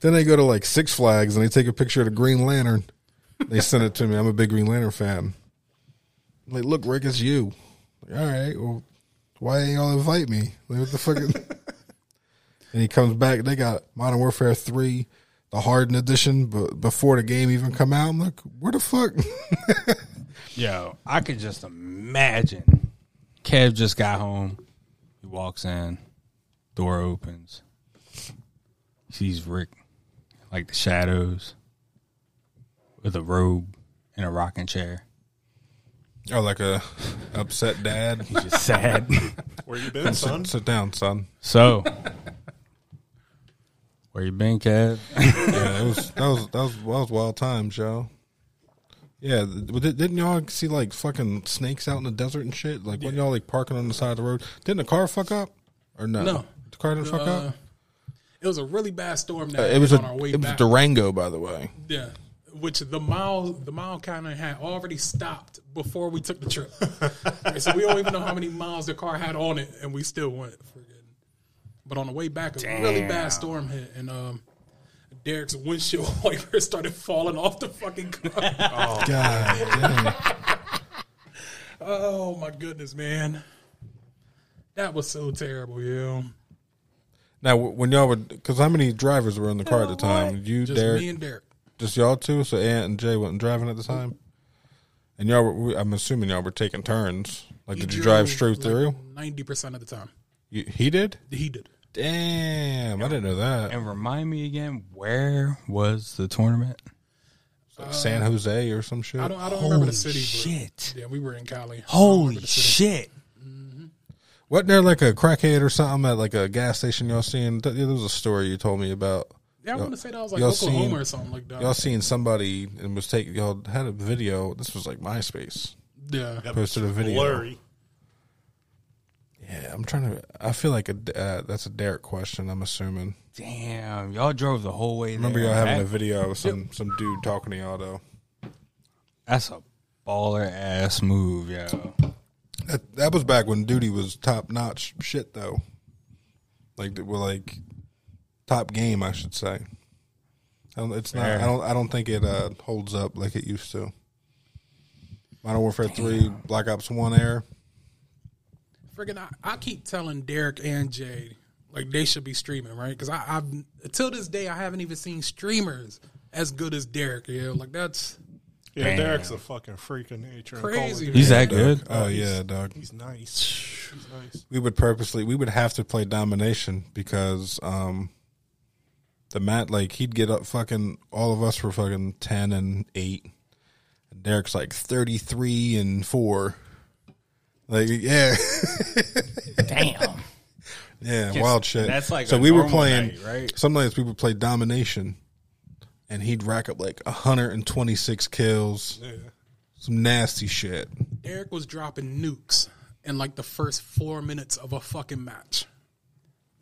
then they go to like Six Flags and they take a picture of the Green Lantern. They send it to me. I'm a big Green Lantern fan. I'm like, look, Rick, it's you. Like, all right, well, why didn't y'all invite me? Like, what the fuck? is-" and he comes back. They got Modern Warfare Three, the Hardened Edition, but before the game even come out, I'm like, where the fuck? Yo, I could just imagine. Kev just got home. He walks in, door opens, sees Rick, like the shadows, with a robe and a rocking chair. Oh, like a upset dad. He's just sad. Where you been, son? Sit, sit down, son. So, where you been, Kev? yeah, it was that was that was, that was wild times, y'all. Yeah, th- but di- didn't y'all see like fucking snakes out in the desert and shit? Like, wasn't y'all like parking on the side of the road? Didn't the car fuck up or no? No. the car didn't fuck Uh, up. It was a really bad storm. Uh, That it was on a our way it was a back. Durango, by the way. Yeah, which the mile the mile counter had already stopped before we took the trip. Right, so we don't even know how many miles the car had on it, and we still went. Friggin'. But on the way back, a really bad Damn. storm hit, and um, Derek's windshield wiper started falling off the fucking car. oh God Oh my goodness, man. That was so terrible, yo. Now, w- when y'all were, because how many drivers were in the car at the time? You, Just Derek, me and Derek. just y'all two. So Aunt and Jay wasn't driving at the time, and y'all. Were, we- I'm assuming y'all were taking turns. Like, did you drive straight through? Ninety percent of the time, You, he did. he did. Damn, I didn't know that. And remind me again, where was the tournament? San Jose or some shit. I don't. I don't remember Holy the city. But shit. yeah, we were in Cali. Holy shit! Wasn't there like a crackhead or something at like a gas station y'all seen? Th- There was a story you told me about. Yeah, I Y'all- wanna say that was, like, y'all Oklahoma or something like that. Y'all seen somebody and was taking y'all had a video. This was like MySpace. Yeah. That posted a was video. blurry. Yeah, I'm trying to. I feel like a, uh, that's a Derek question. I'm assuming. Damn, y'all drove the whole way. Remember there, y'all having right? a video of some some dude talking to y'all though. That's a baller ass move, yo. That that was back when duty was top notch shit though. Like that were like top game, I should say. I don't, it's not. Fair. I don't. I don't think it uh, holds up like it used to. Modern Warfare Three, Black Ops One, Air. Friggin', I, I keep telling Derek and Jay like they should be streaming, right? Because I, I've till this day I haven't even seen streamers as good as Derek. Yeah, like that's Yeah, Derek's a fucking freak of nature. in Call of Crazy, Duty. He's that good? Oh, he's- yeah, dog. He's nice. He's nice. We would purposely. We would have to play domination because um, the mat like he'd get up fucking all of us were fucking ten and eight. Derek's like thirty three and four. Like yeah. Damn. Yeah, Just- wild shit. that's like so a we were normal playing. night, right? Some nights we would play domination, and he'd rack up like hundred and twenty six kills. Some nasty shit. Derek was dropping nukes in like the first four minutes of a fucking match.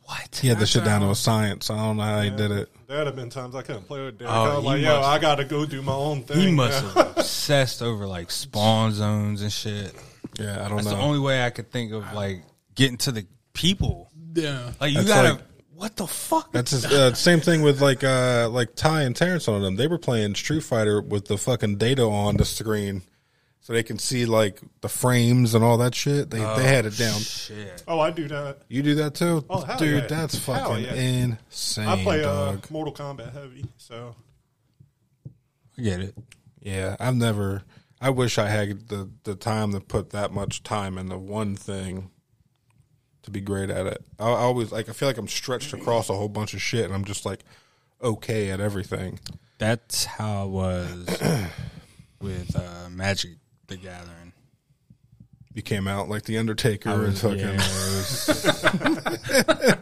What? He had the shit down to a science. I don't know how he did it. There'd have been times I couldn't play with Derek. Oh, I was he like, yo, must- I got to go do my own thing. He must now. have obsessed over like spawn zones and shit. Yeah, I don't That's know. the only way I could think of like getting to the people. Yeah. Like you That's gotta like- what the fuck? That's his, uh, same thing with like uh like Ty and Terrence on them. They were playing Street Fighter with the fucking data on the screen, so they can see like the frames and all that shit. They they had it down. Oh, I do that. You do that too, Oh, hell dude. yeah. That's Hell fucking yeah. insane. I play uh, dog. Mortal Kombat heavy, so I get it. Yeah, I've never. I wish I had the the time to put that much time into one thing to be great at it. I, I always like. I feel like I'm stretched across a whole bunch of shit, and I'm just like okay at everything. That's how I was with uh, Magic the Gathering. You came out like the Undertaker I and was- fucking. yeah,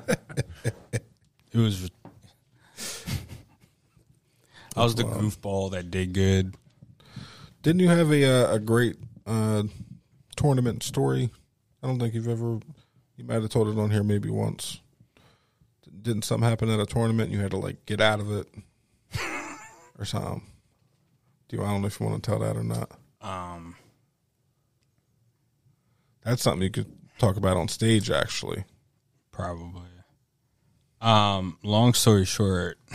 it was- It was. I was the goofball that did good. Didn't you have a uh, a great uh, tournament story? I don't think you've ever. You might have told it on here maybe once. Didn't something happen at a tournament? and You had to like get out of it, or something. Do you, I don't know if you want to tell that or not. Um, That's something you could talk about on stage, actually. Probably. Um, long story short,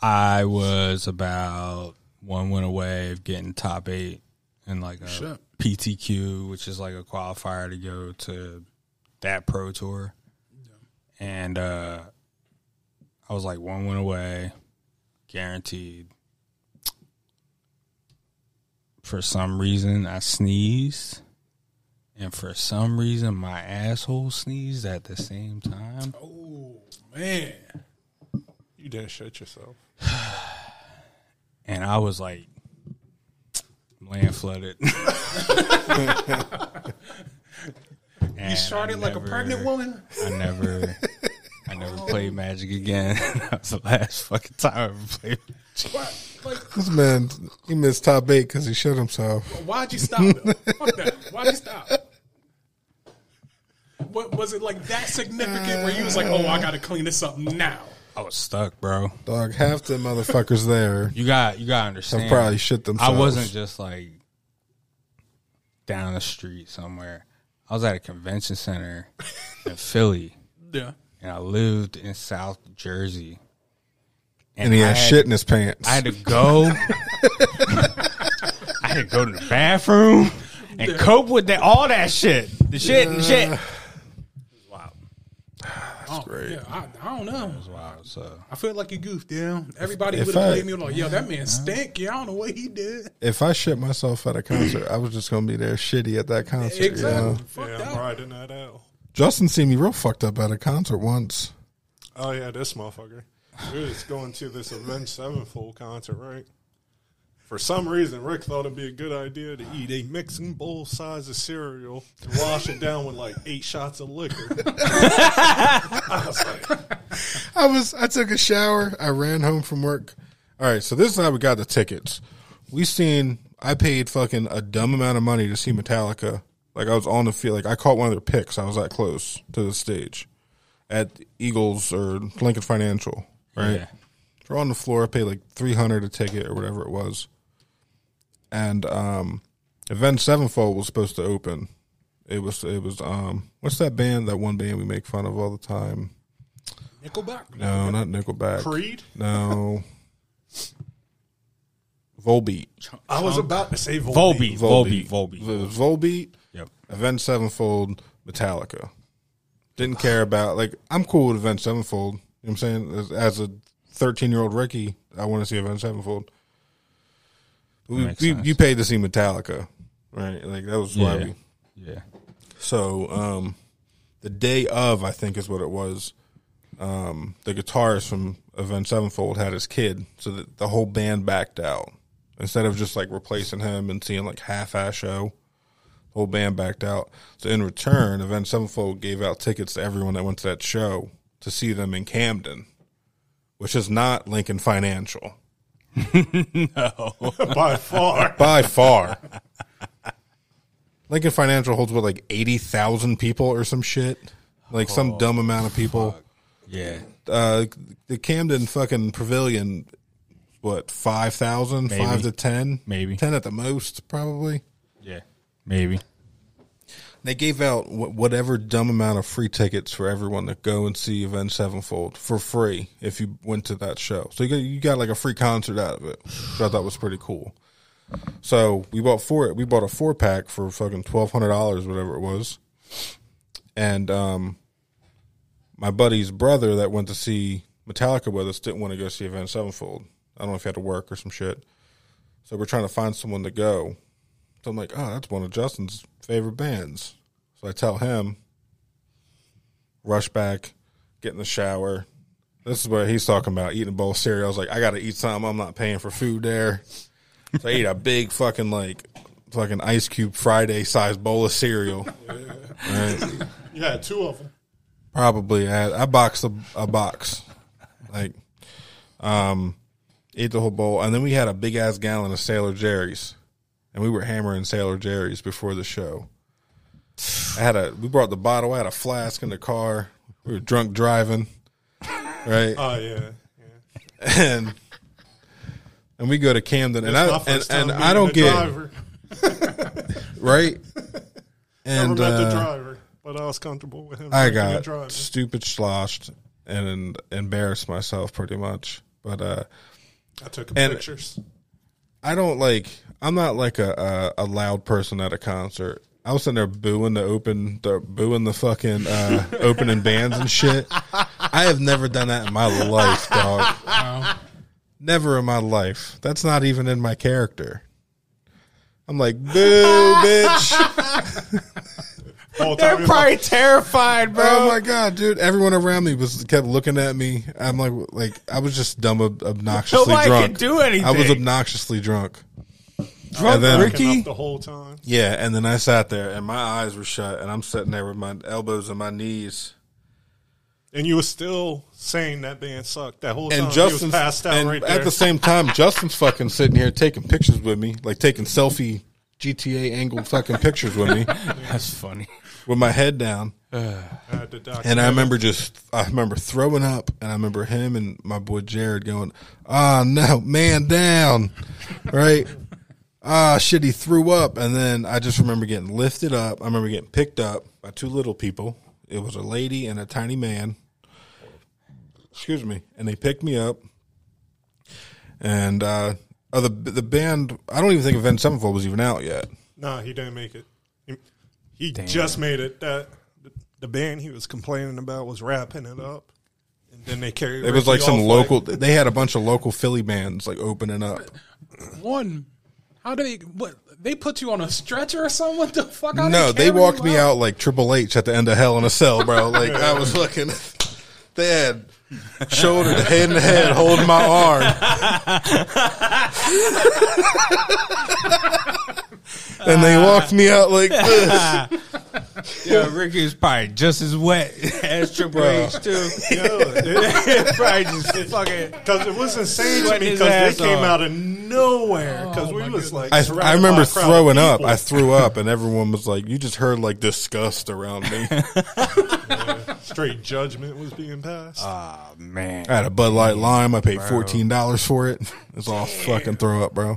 I was about one win away of getting top eight in like a Shit. PTQ, which is like a qualifier to go to that pro tour. And uh, I was like one win away, guaranteed. For some reason, I sneezed. And for some reason, my asshole sneezed at the same time. Oh man, you didn't shit yourself. And I was like, land flooded. And I started like a pregnant woman? I never, I never played Magic again. that was the last fucking time I ever played. This man, he missed top eight because he shit himself. why'd you stop? though? Fuck that. Why'd you stop? What was it like that significant? Where you was like, oh, I gotta clean this up now. I was stuck, bro. Dog, half the motherfuckers there. You got, you got to understand. Have probably shit themselves. I wasn't just like down the street somewhere. I was at a convention center in Philly. Yeah. And I lived in South Jersey. And he I had shit in his pants. I had to go. I had to go to the bathroom and cope with that, all that shit. The shit and shit. Uh. Yeah. That's great. Oh, Yeah, I, I don't know. wild. So I feel like you goofed, yeah. Everybody If would have I- blamed me like, yo, that man stink. Yeah, I don't know what he did. If I shit myself at a concert, I was just gonna be there shitty at that concert. you know? yeah, I'm riding that out. Justin seen me real fucked up at a concert once. Oh yeah, this motherfucker. We was going to this Avenged Sevenfold concert, right? For some reason, Rick thought it'd be a good idea to eat a mixing bowl size of cereal and wash it down with like eight shots of liquor. I was like, I was I took a shower. I ran home from work. All right, so this is how we got the tickets. We seen I paid fucking a dumb amount of money to see Metallica. Like I was on the field. Like I caught one of their picks. I was that close to the stage at Eagles or Lincoln Financial. Right. Yeah. We're on the floor. I paid like three hundred a ticket or whatever it was. And um, Event Sevenfold was supposed to open. It was it was um what's that band that one band we make fun of all the time? Nickelback. No, not Nickelback. Creed? No. Volbeat. I was about to say Volbeat, Volbeat. Volbeat. Volbeat, Volbeat. Volbeat. Volbeat. Yep. Event Sevenfold. Metallica. Didn't care about like I'm cool with Event Sevenfold. You know what I'm saying? As, as a 13 year old Ricky, I want to see Event Sevenfold. We, Makes we, sense. you paid to see Metallica, right? Like that was why Yeah. we. Yeah. So um, the day of, I think is what it was. Um, the guitarist from Event Sevenfold had his kid, so that the whole band backed out. Instead of just like replacing him and seeing like half ass show, the whole band backed out. So in return, Event Sevenfold gave out tickets to everyone that went to that show to see them in Camden, which is not Lincoln Financial. no. By far. By far. Lincoln Financial holds what like eighty thousand people or some shit. like Oh, some dumb amount of people. Yeah. Uh, the Camden fucking pavilion, what five thousand, Maybe. five to ten, Maybe. ten at the most, probably. Yeah. Maybe. They gave out wh- whatever dumb amount of free tickets for everyone to go and see Event Sevenfold for free if you went to that show. So you got, you got like a free concert out of it, which I thought was pretty cool. So we bought four. We bought a four pack for fucking twelve hundred dollars, whatever it was. And um, my buddy's brother that went to see Metallica with us didn't want to go see Event Sevenfold. I don't know if he had to work or some shit. So we're trying to find someone to go. So I'm like, oh, that's one of Justin's favorite bands. So I tell him, rush back, get in the shower. This is what he's talking about eating a bowl of cereal. I was like, I got to eat something. I'm not paying for food there. So I eat a big fucking, like, fucking ice cube Friday sized bowl of cereal. Right? You had two of them. Probably. I, I boxed a, a box. Like, um, ate the whole bowl. And then we had a big ass gallon of Sailor Jerry's. And we were hammering Sailor Jerry's before the show. I had a, we brought the bottle. I had a flask in the car. We were drunk driving. Right. Oh yeah. And, and we go to Camden. And I, That's my and, first and time I being don't a get, driver. right? Never And met the uh, driver, but I was comfortable with him. I drinking and got driving. stupid sloshed and embarrassed myself pretty much. But uh, I took and pictures. I don't like. I'm not like a, a a loud person at a concert. I was sitting there booing the open, the booing the fucking uh, opening bands and shit. I have never done that in my life, dog. Never in my life. That's not even in my character. I'm like, boo, bitch. They're probably terrified, bro. Oh my god, dude! Everyone around me was kept looking at me. I'm like, like I was just dumb, ob- obnoxiously Nobody drunk. can do anything. I was obnoxiously drunk. Drunk And then- Ricky? The whole time. Yeah, and then I sat there, and my eyes were shut, and I'm sitting there with my elbows and my knees. And you were still saying that band sucked that whole time. And he Justin was passed out and right there. at the same time, Justin's fucking sitting here taking pictures with me, like taking selfie GTA angled fucking pictures with me. That's funny. With my head down. I had to document and I it. remember just, I remember throwing up, and I remember him and my boy Jared going, "Ah no, man down," right? Ah shit, he threw up, and then I just remember getting lifted up. I remember getting picked up by two little people. It was a lady and a tiny man. Excuse me, and they picked me up, and uh, oh, the the band. I don't even think Event Sevenfold was even out yet. Nah, he didn't make it. He, he just made it. That the band he was complaining about was wrapping it up, and then they carried. It was Ricky like some off, local. They had a bunch of local Philly bands like opening up. One, how do they? What they put you on a stretcher or something? What the fuck? How No, they carry walked you me out like Triple H at the end of Hell in a Cell, bro. Like Yeah. I was looking, they had shoulder to head and head holding my arm, and they walked me out like this. Yeah, Ricky was probably just as wet as Triple Bro. H too. probably just fucking because it was insane to Sweating me his because ass they came off. Oh, out of nowhere because we was like I, surrounded I by remember a crowd of throwing up. people. I threw up, and everyone was like, "You just heard like disgust around me." straight judgment was being passed. Ah man, I had a Bud Light Lime. I paid Bro. fourteen dollars for it. It's all fucking throw up, bro.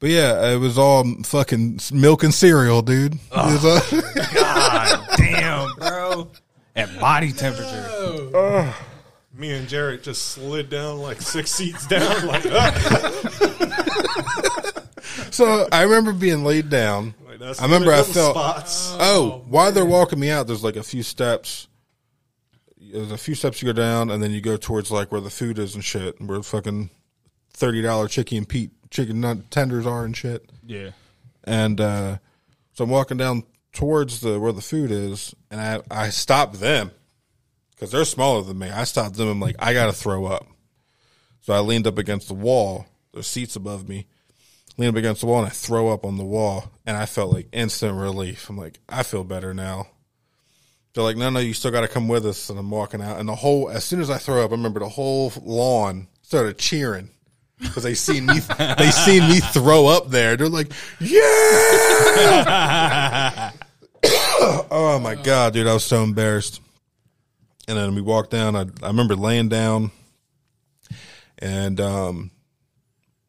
But yeah, it was all fucking milk and cereal, dude. It Ah. was all- God damn, bro. At body temperature. Me and Jared just slid down like six seats down. Like, ah. so I remember being laid down. Like, that's I remember the I little felt. spots. Oh, while they're walking me out, there's like a few steps. There's a few steps you go down, and then you go towards like where the food is and shit, and where fucking thirty dollar chicken and Pete chicken nut tenders are and shit. Yeah. And uh, so I'm walking down towards the where the food is, and I I stop them because they're smaller than me. I stopped them. I'm like, I gotta throw up. So I leaned up against the wall. There's seats above me. Leaned up against the wall and I throw up on the wall, and I felt like instant relief. I'm like, I feel better now. They're like, no, no, you still got to come with us. And I'm walking out, and the whole as soon as I throw up, I remember the whole lawn started cheering because they seen me. they seen me throw up there. They're like, yeah. oh my god, dude, I was so embarrassed. And then we walked down. I, I remember laying down, and um,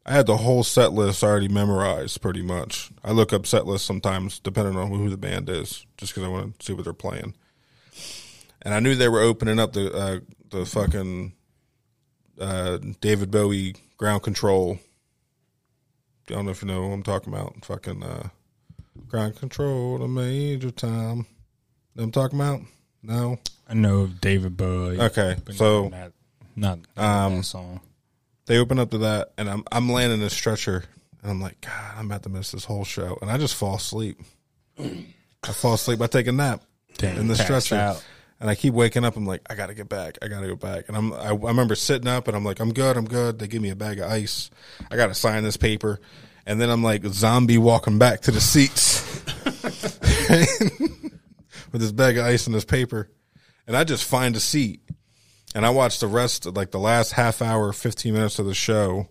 I had the whole set list already memorized pretty much. I look up set lists sometimes, depending on who the band is, just because I want to see what they're playing. And I knew they were opening up the uh, the fucking uh, David Bowie Ground Control. I don't know if you know what I'm talking about. Fucking uh, Ground Control to Major Tom. Know what I'm talking about? No. I know of David Bowie. Okay, but so not, not, um, that song. They open up to that, and I'm I'm laying in a stretcher, and I'm like, God, I'm about to miss this whole show, and I just fall asleep. I fall asleep. I take a nap Damn, in the passed stretcher, out. and I keep waking up. I'm like, I gotta get back. I gotta go back. And I'm I, I remember sitting up, and I'm like, I'm good. I'm good. They give me a bag of ice. I gotta sign this paper, and then I'm like zombie walking back to the seats with this bag of ice and this paper, and I just find a seat, and I watch the rest of like the last half hour, fifteen minutes of the show.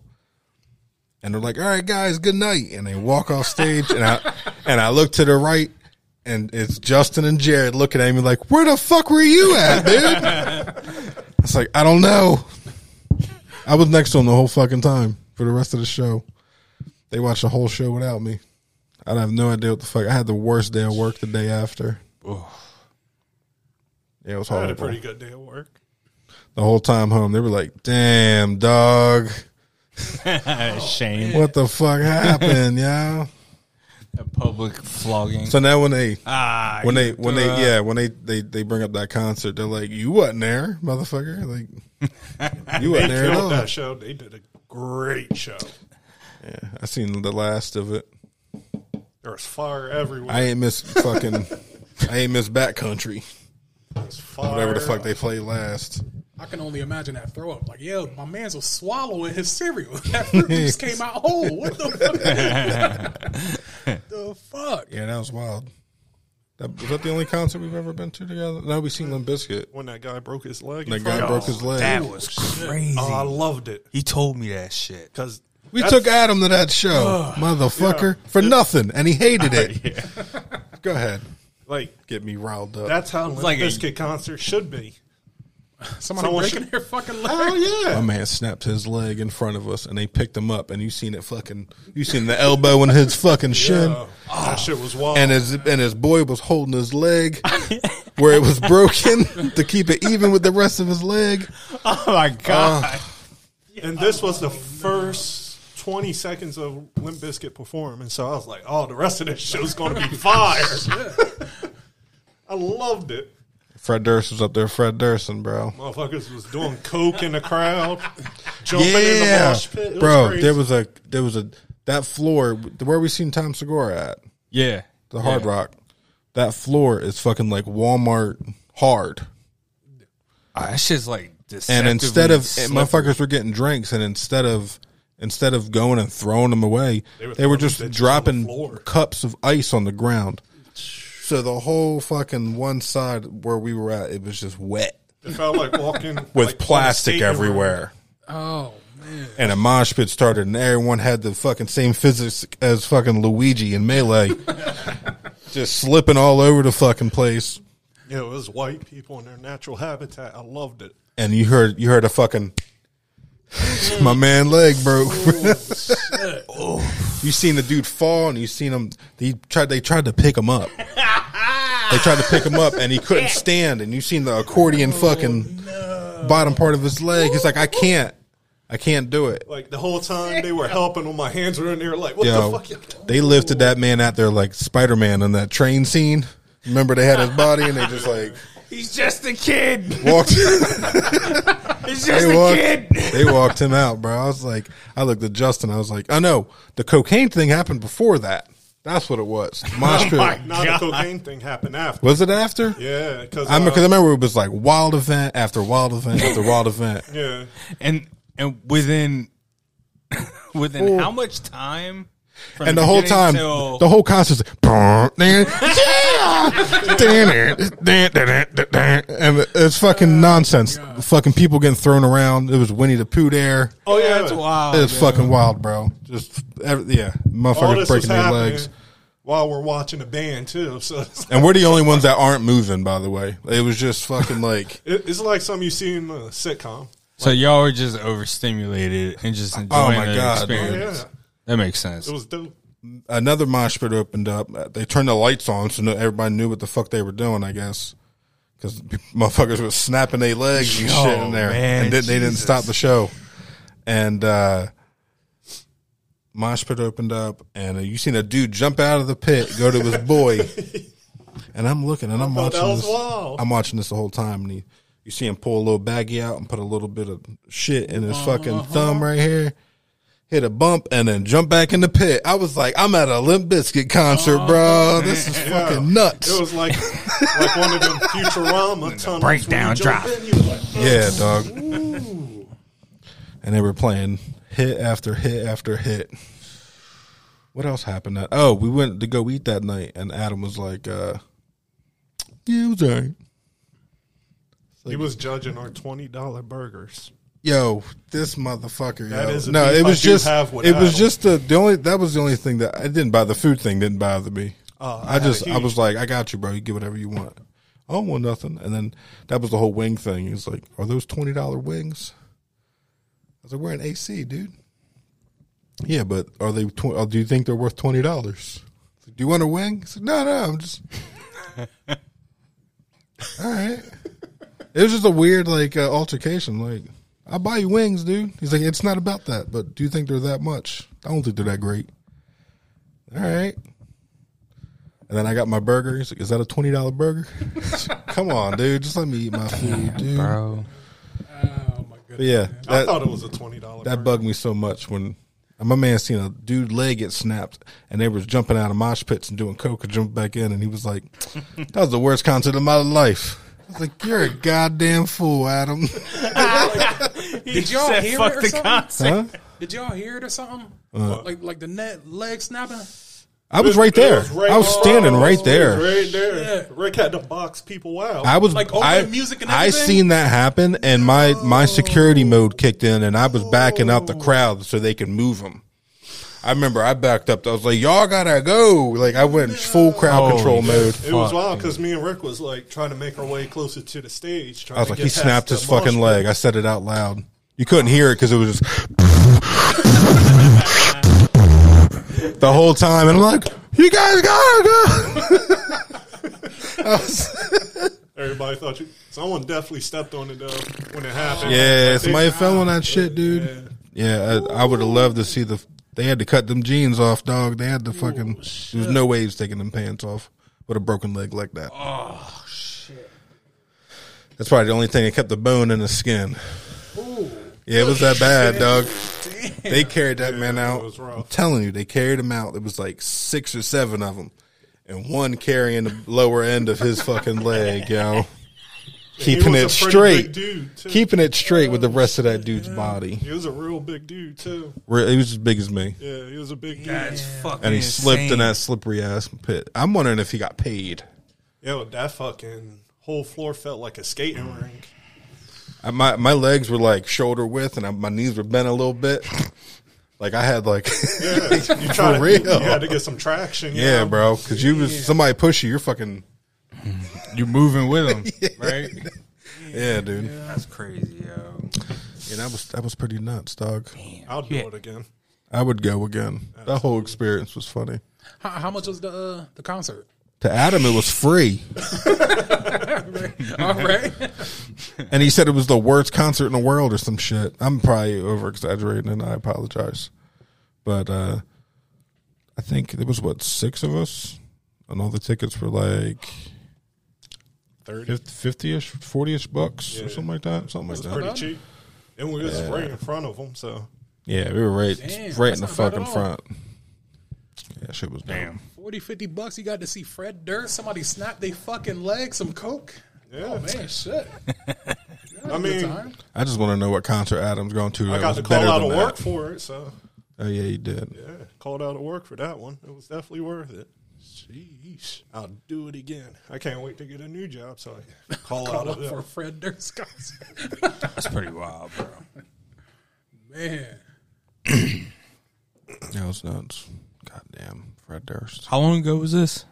And they're like, "All right, guys, good night," and they walk off stage, and I and I look to the right, and it's Justin and Jared looking at me like, "Where the fuck were you at, dude?" it's like I don't know. I was next to them the whole fucking time for the rest of the show. They watched the whole show without me. I have no idea what the fuck. I had the worst day of work the day after. Yeah, it was I horrible. had a pretty good day at work. the whole time home, they were like, "Damn, dog, um, Shame. what the fuck happened, y'all?" A public flogging. So now when they Ah, when they you when they threw up. yeah when they, they they bring up that concert, they're like, "You wasn't there, motherfucker!" Like you they wasn't there at killed all. that show. They did a great show. Yeah, I seen the last of it. There was fire everywhere. I ain't miss fucking. I ain't miss backcountry. Whatever the fire. fuck they play last. I can only imagine that throw up. Like, yo, my man's was swallowing his cereal. That fruit just came out whole. What the fuck? the fuck? Yeah, that was wild. That, was that the only concert we've ever been to together? No, we seen Limp Bizkit. when that guy broke his leg. That in guy front of broke us. his leg. That was crazy. Oh, I loved it He told me that shit. because We took Adam to that show, motherfucker, for nothing, and he hated it. Go ahead, like get me riled up. that's how Limp like a- Bizkit concert should be. Somebody Someone breaking should- their fucking leg. Oh yeah, My man snapped his leg in front of us, and they picked him up, and you seen it fucking, you seen the elbow in his fucking shin, Yeah. Oh, that shit was wild. and his and his boy was holding his leg where it was broken to keep it even with the rest of his leg. Uh, Oh my god. And this was the first 20 seconds of Limp Bizkit performance. So I was like, oh, the rest of this show's going to be fire. I loved it. Fred Durst was up there, Fred Durston, bro. Motherfuckers was doing coke in the crowd, jumping in the Yeah, mosh pit. It bro. was crazy. There was a there was a that floor where we seen Tom Segura at. Yeah. the Hard Rock. That floor is fucking like Walmart hard. Ah, that shit's like And instead of and slippery. motherfuckers were getting drinks, and instead of instead of going and throwing them away, they were, were throwing bitches just on the dropping floor. cups of ice on the ground. So the whole fucking one side where we were at, it was just wet it felt like walking like, with on a plastic skating rink. everywhere. Oh, man. And a mosh pit started, and everyone had the fucking same physics as fucking Luigi and Melee, just slipping all over the fucking place. Yeah, it was white people in their natural habitat. I loved it. and you heard you heard a fucking my man leg broke. you seen the dude fall, and you seen him. He tried. They tried to pick him up. they tried to pick him up, and he couldn't stand. And you seen the Oh, accordion fucking bottom part of his leg. He's like, I can't, I can't do it. Like the whole time they were helping when my hands were in there, like, what the Yo, fuck? y'all doing? they lifted that man out there like Spider Man in that train scene. Remember they had his body, and they just like He's just a kid. walked. He's they walked, they walked him out, bro. I was like, I looked at Justin. I was like, I know the cocaine thing happened before that. That's what it was. Oh Mosh pit. Now the cocaine thing happened after. Was it after? Yeah, uh, because I because I remember it was like wild event after wild event after wild event. yeah. And and within within how much time? From And the whole beginning time, till- the whole concert's like, "Brr, dan, yeah, dan, dan, dan, dan, dan, dan." and it's Oh fucking nonsense. Fucking people getting thrown around. It was Winnie the Pooh there. Oh yeah, that's wild. It's fucking wild, bro. Just every, yeah, All motherfuckers this was breaking their happening legs. while we're watching the band too. So it's And we're the only ones that aren't moving, by the way. It was just fucking like it- it's like something you see in a sitcom. So y'all were just overstimulated and just enjoying Oh my the God, experience. dude. Yeah. That makes sense. It was dope. another mosh pit opened up. They turned the lights on so no, everybody knew what the fuck they were doing, I guess. Because motherfuckers were snapping their legs and Yo, shit in there. man, and then they didn't Jesus. stop the show. And uh, mosh pit opened up, and you seen a dude jump out of the pit, go to his boy. and I'm looking, and I'm thought that watching was this. wild. I'm watching this the whole time, and he, you see him pull a little baggie out and put a little bit of shit in his Uh-huh. fucking thumb right here hit a bump and then jump back in the pit. I was like, I'm at a Limp Bizkit concert, bro. This is fucking nuts. Oh, It was like like one of them Futurama tunnels. breakdown drop. yeah, dog. And they were playing hit after hit after hit. What else happened? That oh, we went to go eat that night, and Adam was like, uh, "Yeah, it was alright." He was judging our twenty dollar burgers. Yo, this motherfucker. That yo. is a no, beef it I was do just have with it was Adam. just the, the only that was the only thing that I didn't buy the food thing didn't bother me. Oh, I I had a just I huge- was like, I got you, bro. You get whatever you want. I don't want nothing. And then that was the whole wing thing. He was like, "Are those twenty dollar wings?" I was like, "We're in AC, dude." Yeah, but are they? Tw- or do you think they're worth twenty dollars? Do you want a wing? He said, "No, no, I'm just." All right. It was just a weird like uh, altercation. Like, I buy you wings, dude. He's like, it's not about that, but do you think they're that much? I don't think they're that great. All right. And then I got my burger. He's like, is that a twenty dollar burger? Come on, dude. Just let me eat my food, dude. Bro. Oh my But goodness. yeah, I that thought it was a twenty dollar. that bugged me so much when. My man seen a dude leg get snapped, and they was jumping out of mosh pits and doing coke and jumped back in, and he was like, "That was the worst concert of my life." I was like, "You're a goddamn fool, Adam." Did y'all said, hear "Fuck it or the something? concert." Huh? Did y'all hear it or something? Uh. like like the net leg snapping. I was right there. I was standing right there. Right there. Rick had to box people out. I was Like, open I, music and I everything? seen that happen, and my my security mode kicked in, and I was backing out the crowd so they could move them. I remember I backed up. I was like, "Y'all gotta go!" Like I went full crowd Holy control mode. It was Fuck, wild because me and Rick was like trying to make our way closer to the stage. Trying I was to like, get "He past snapped the his fucking mosh leg." pit. I said it out loud. You couldn't hear it because it was just the whole time, and I'm like, "You guys gotta go." I was- Everybody thought you. Someone definitely stepped on it though when it happened. Yeah, Like, somebody they- fell on that shit, dude. Yeah, I, I would have loved to see the. They had to cut them jeans off, dog. They had to fucking. There's no ways taking them pants off with a broken leg like that. Oh shit! That's probably the only thing that kept the bone in the skin. Yeah, it was that bad, dog. They carried that man out. was rough. I'm telling you, they carried him out. It was like six or seven of them, and one carrying the lower end of his fucking leg, yo. Keeping was it a pretty straight, big dude, too. keeping it straight with the rest of that dude's body. He was a real big dude too. Where he was as big as me, Yeah, he was a big dude. That's fucking and he slipped in insane. that slippery ass pit. I'm wondering if he got paid. Yo, that fucking whole floor felt like a skating Mm. rink. I, my my legs were like shoulder width, and I, my knees were bent a little bit. Like I had like, Yeah, you try to, real. You had to get some traction. you yeah, know? bro, because you was somebody push you, you're fucking You're moving with them, right? yeah, dude. That's crazy, yo. Yeah, that was that was pretty nuts, dog. I'll do it again. I would go again. That whole experience was funny. How, how much was the uh, the concert? To Adam, it was free, All right. and he said it was the worst concert in the world or some shit. I'm probably over exaggerating, and I apologize, but uh, I think there was what six of us, and all the tickets were like 50 ish, forty ish bucks or something like that, something like It's that. pretty cheap. And we was right in front of him, so yeah, we were right, Damn, right in the that's not bad at fucking all. front. Yeah, shit was damn. 40, 50 bucks. You got to see Fred Durst. Somebody snap they fucking leg. Some coke. yeah. Oh man, shit. I mean, Time. I just want to know what concert Adam's going to. I that got was to call better out than of that. work for it, so Oh yeah, you did. yeah, called out of work for that one. It was definitely worth it. Jeez, I'll do it again. I can't wait to get a new job, so I can call, out All of Oh, up it. for a Fred Durst concert. That's pretty wild, bro. Man, That was nuts. Goddamn, Fred Durst. How long ago was this?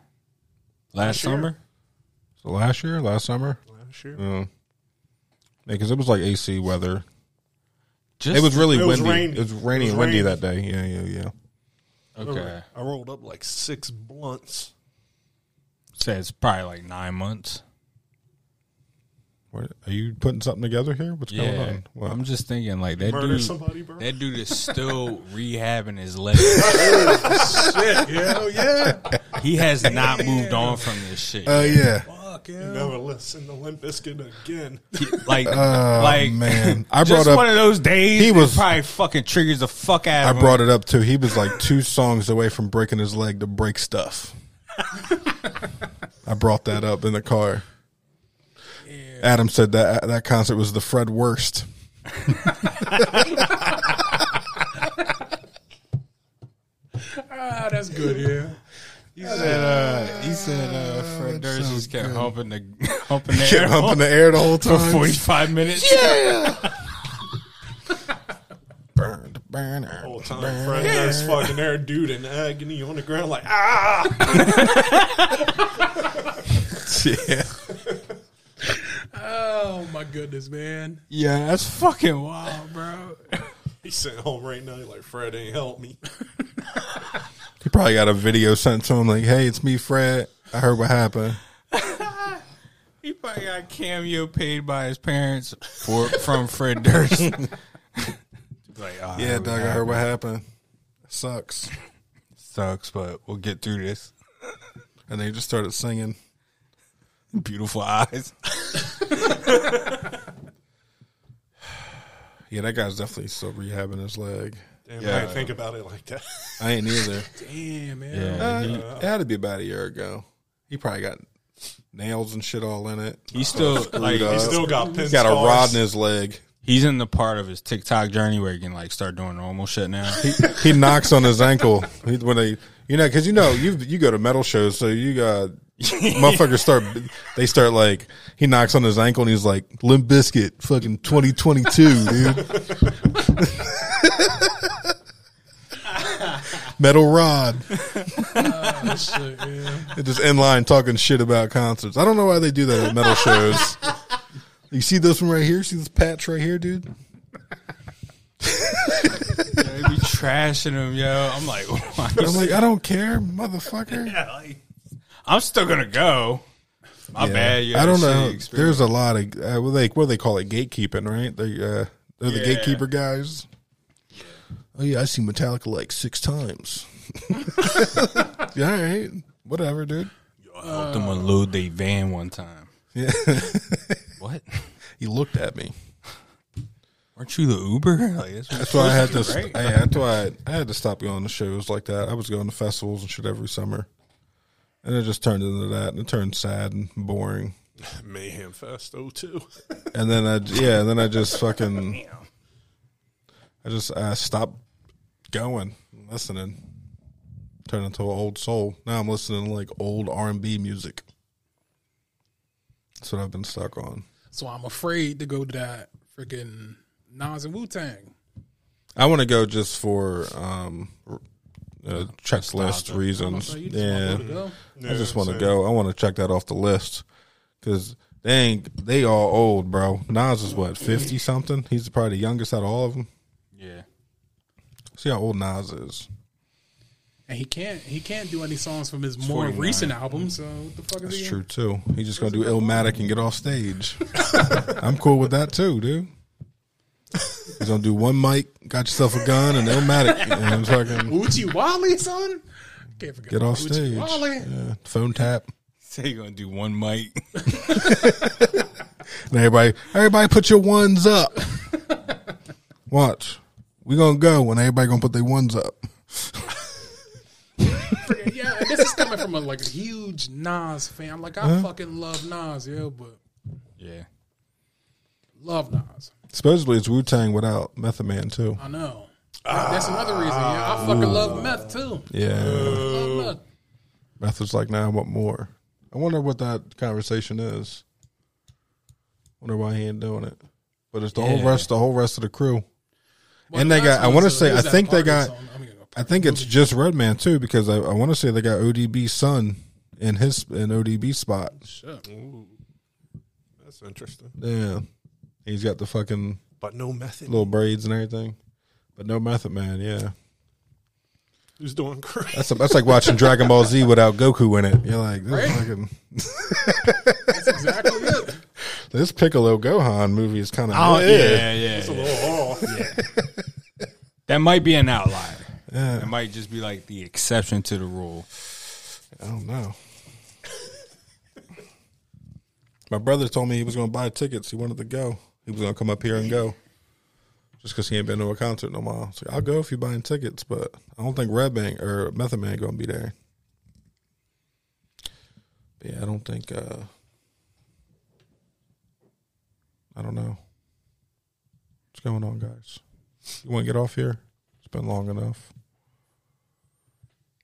Last, year. summer? So last year, last summer, Last year. yeah, because it was like AC weather. Just- it was really It was windy. rainy. It was rainy It was and windy rainy. that day. Yeah, yeah, yeah. Okay. I rolled up like six blunts. So it's probably like nine months. What, are you putting something together here? What's going Yeah. on? What? I'm just thinking like that Murder dude. somebody, bro. That dude is still rehabbing his leg. Shit, yeah, yeah. He has not moved on from this shit. Oh yeah. Fuck yeah. You never listen to Limp Bizkit again. Like, Oh like man, I just brought up. one of those days. He He was was- probably fucking triggers the fuck out. I of him. brought it up too. He was like two songs away from breaking his leg to break stuff. I brought that up in the car. Adam said that uh, that concert was the Fred worst. Ah, that's good. Yeah. He said, uh, he said, uh, Fred Durst just kept humping the humping the air Kept humping the air the whole for time. forty five minutes. Burned, burned, Whole time, Fred Durst fucking there, dude in agony on the ground, like ah. Yeah. Oh my goodness, man. Yeah, that's fucking wild, bro. He sent home right now, like Fred ain't help me. He probably got a video sent to him like, "Hey, it's me, Fred. I heard what happened." He probably got a cameo paid by his parents for from Fred Durst. like, all Yeah, right, Doug, I heard what happened. Sucks. sucks, but we'll get through this. And they just started singing. Beautiful eyes. Yeah, that guy's definitely still rehabbing his leg. Damn, I Yeah. didn't think about it like that. I ain't either. Damn, man. Yeah, Uh, it had to be about a year ago. He probably got nails and shit all in it. he's still like up. He still got pin Uh, He's got a scars. rod in his leg. he's in the part of his TikTok journey where he can like start doing normal shit now. He knocks on his ankle He- when they, you know, because you know you you go to metal shows, so you got motherfuckers start they start like he knocks on his ankle and he's like Limp Biscuit, fucking twenty twenty two, dude. metal rod. Shit, yeah. They're just in line talking shit about concerts. I don't know why they do that at metal shows. You see this one right here? See this patch right here, dude? they be trashing him, yo. I'm like, why I'm like, I don't care, motherfucker. Yeah, like, I'm still gonna go. My Yeah. bad. You I had a don't shitty know. experience. There's a lot of uh, what they what do they call it gatekeeping, right? They uh, they're the Yeah. gatekeeper guys. Oh yeah, I see Metallica like six times. yeah, all right, whatever, dude. I helped them unload their van one time. Yeah, What? he looked at me. Aren't you the Uber? Like, that's what That's why I had to. I, that's why I, I had to stop going to shows like that. I was going to festivals and shit every summer, and it just turned into that, and it turned sad and boring. Mayhem Fest oh, 02. And then I yeah, and then I just fucking I just I stopped going, listening. Turned into an old soul. Now I'm listening to like old R and B music. That's what I've been stuck on. So I'm afraid to go to that freaking Nas and Wu Tang. I want to go just for um r- uh, checklist reasons. So you just Yeah. want to go. I just want to go. I want to check that off the list because they ain't, they all old, bro. Nas is what fifty something. He's probably the youngest out of all of them. Yeah. See how old Nas is. And he can't. He can't do any songs from his more recent album. So what the fuck is That's he? true too. He's just gonna do Illmatic and get off stage. I'm cool with that too, dude. He's gonna do one mic, got yourself a gun, and Illmatic, and fucking Uchi Wally, son. Can't forget. get off Uchi stage. Wally. Yeah, phone tap. Say you're gonna do one mic. And everybody, everybody, put your ones up. Watch, we gonna go when everybody gonna put their ones up. yeah, and this is coming from a like a huge Nas fan. Like I fucking love Nas, yo, but Yeah. love Nas. Supposedly it's Wu Tang without Method Man too. I know. Ah. That's another reason. Yeah, I fucking love meth too. Yeah, Love meth. Method's like, nah, I want more. I wonder what that conversation is. Wonder why he ain't doing it. But it's the whole Yeah. rest, the whole rest of the crew. But And they Nas got- I was wanna a- say, he was I at think they parties got- on- I'm gonna go up. I think it's just Redman too, because I, I want to say they got ODB's son in his in ODB spot. Shit. That's interesting. Yeah, he's got the fucking But no method. little braids and everything, but no Method Man. Yeah, Who's doing great? that's that's like watching Dragon Ball Z without Goku in it. You're like, this Right? fucking That's exactly it. this Piccolo Gohan movie is kind of Oh, yeah, yeah. It's yeah. a little off. That might be an outlier. Yeah. It might just be like the exception to the rule. I don't know. My brother told me he was going to buy tickets. He wanted to go. He was going to come up here and go, just because he ain't been to a concert in a while. I was like, I'll go if you're buying tickets, but I don't think Red Bank or Method Man going to be there. But yeah, I don't think. uh I don't know. What's going on, guys? You want to get off here? It's been long enough.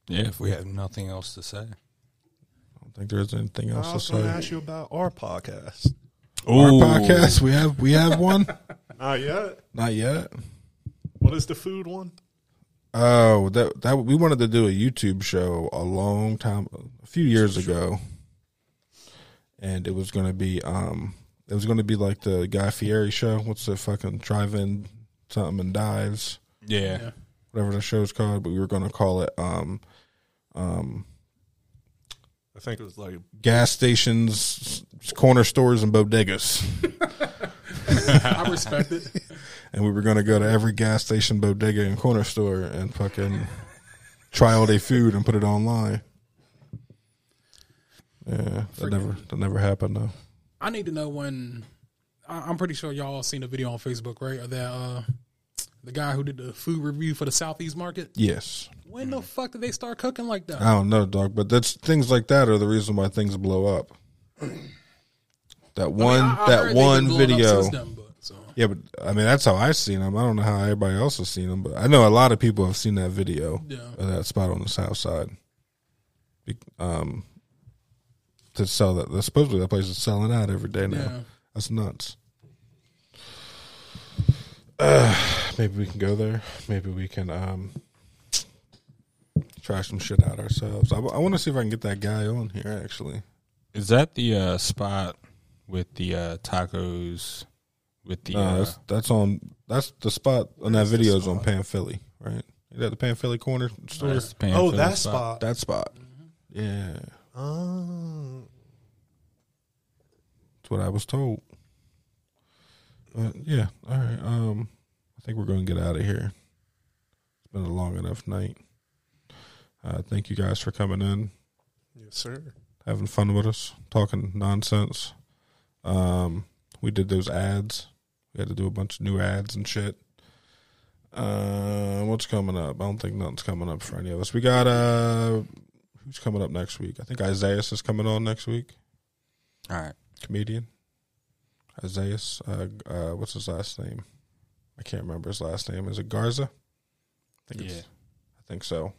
Yeah, if we have nothing else to say. I don't think there's anything else I to was say. going to ask you about our podcast. Our podcast, we have we have one. Not yet. Not yet. What is the food one? Oh, that that we wanted to do a YouTube show a long time, a few years ago, and it was going to be um, it was going to be like the Guy Fieri show. What's the fucking drive-in something and dives, Yeah. whatever the show's called. But we were going to call it um, um, I think it was like gas stations, corner stores, and bodegas. I respect it. and we were going to go to every gas station, bodega, and corner store and fucking try all their food and put it online. Yeah, that never that never happened though. I need to know when. I, I'm pretty sure y'all seen the video on Facebook, right? Of that uh, the guy who did the food review for the Southeast Market. Yes, When the fuck did they start cooking like that? I don't know, dog, but that's things like that are the reason why things blow up. That one, I- I heard that they've been one blowing up video. since then, but, so. Yeah, but I mean that's how I've seen them. I don't know how everybody else has seen them, but I know a lot of people have seen that video Yeah. of that spot on the south side. Be- Um, to sell that, that supposedly that place is selling out every day now. Yeah. That's nuts. Uh, maybe we can go there. Maybe we can um try some shit out ourselves. I, want to see if I can get that guy on here. Actually, Is that the uh, spot with the uh, tacos with the no, uh, that's that's on that's the spot on that video is on Pan Philly, right? Is that the Pan Philly corner store? that's the pan Oh, filling that spot. That spot. Yeah. That's Oh. what I was told. But yeah, all right. Um I think we're gonna get out of here. It's been a long enough night. Uh thank you guys for coming in, Yes, sir. having fun with us, talking nonsense. Um we did those ads. We had to do a bunch of new ads and shit. Uh what's coming up? I don't think nothing's coming up for any of us. We got uh who's coming up next week? I think Isaiah is coming on next week All right. comedian Isaiah. Uh, uh, what's his last name? I can't remember his last name. Is it Garza? I think Yeah. it's, I think so.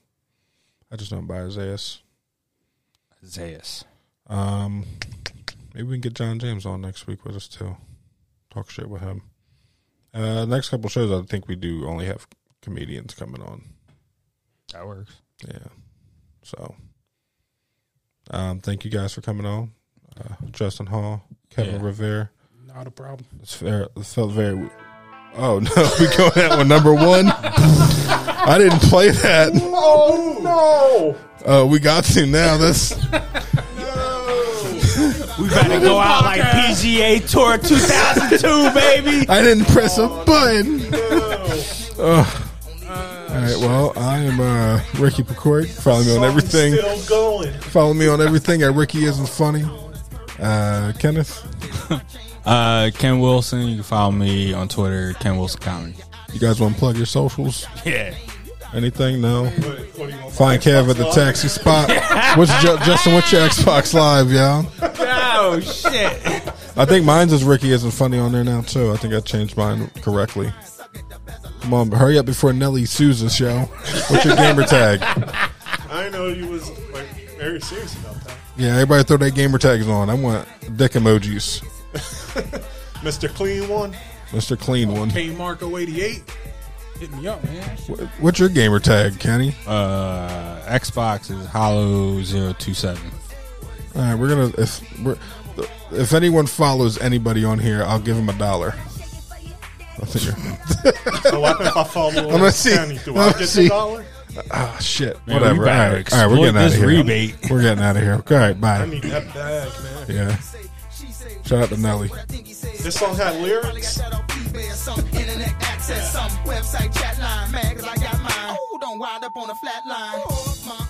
I just know him by Isaiah. Zayas. Um, maybe we can get John James on next week with us too. Talk shit with him. Uh, next couple shows, I think we do only have comedians coming on. That works. Yeah. So, um, thank you guys for coming on. Uh, Justin Hall, Kevin Yeah. Revere. Not a problem. It's fair. It felt very. Oh no, we going out with number one. I didn't play that. Oh, Uh, we got to now. That's We better go out like PGA Tour 2002, baby. I didn't press a button. Oh, no. All right. Well, I am uh, Ricky Picard. Follow me on everything. Still going. Follow me on everything at Ricky isn't funny. Uh, Kenneth, Uh, Ken Wilson. You can follow me on Twitter, Ken Wilson Comedy. you guys want to plug your socials? Yeah. Anything? No. What, what do you want? Find Kev at the taxi spot. What's Ju- Justin? What's your Xbox Live, y'all? Oh shit. I think mine's is Ricky isn't funny on there now too. I think I changed mine correctly. Come on, but hurry up before Nelly sues us, yo. What's your gamer tag? I didn't know you was like very serious about that. Yeah, everybody throw their gamer tags on. I want dick emojis. Mr. Clean One. Mr. Clean one. K Marco eighty eight. Hit me up, man. What's your gamer tag, Kenny? Uh, Xbox is Hollow 027. All right, we're gonna if we're, if anyone follows anybody on here, I'll give him a dollar. I think you're- So what if I follow I'm gonna see. Kenny? Do I'm I gonna get the see. dollar? Ah, shit. Man, we Whatever. All better right. All right, we're exploit getting out of this here. rebate. We're getting out of here. All right, bye. I need that bag, man. Yeah. Shout out to Nelly. This song had lyrics. Internet access, some website chat line, mad 'cause I got mine. Oh, don't wind up on a flat line. Oh, my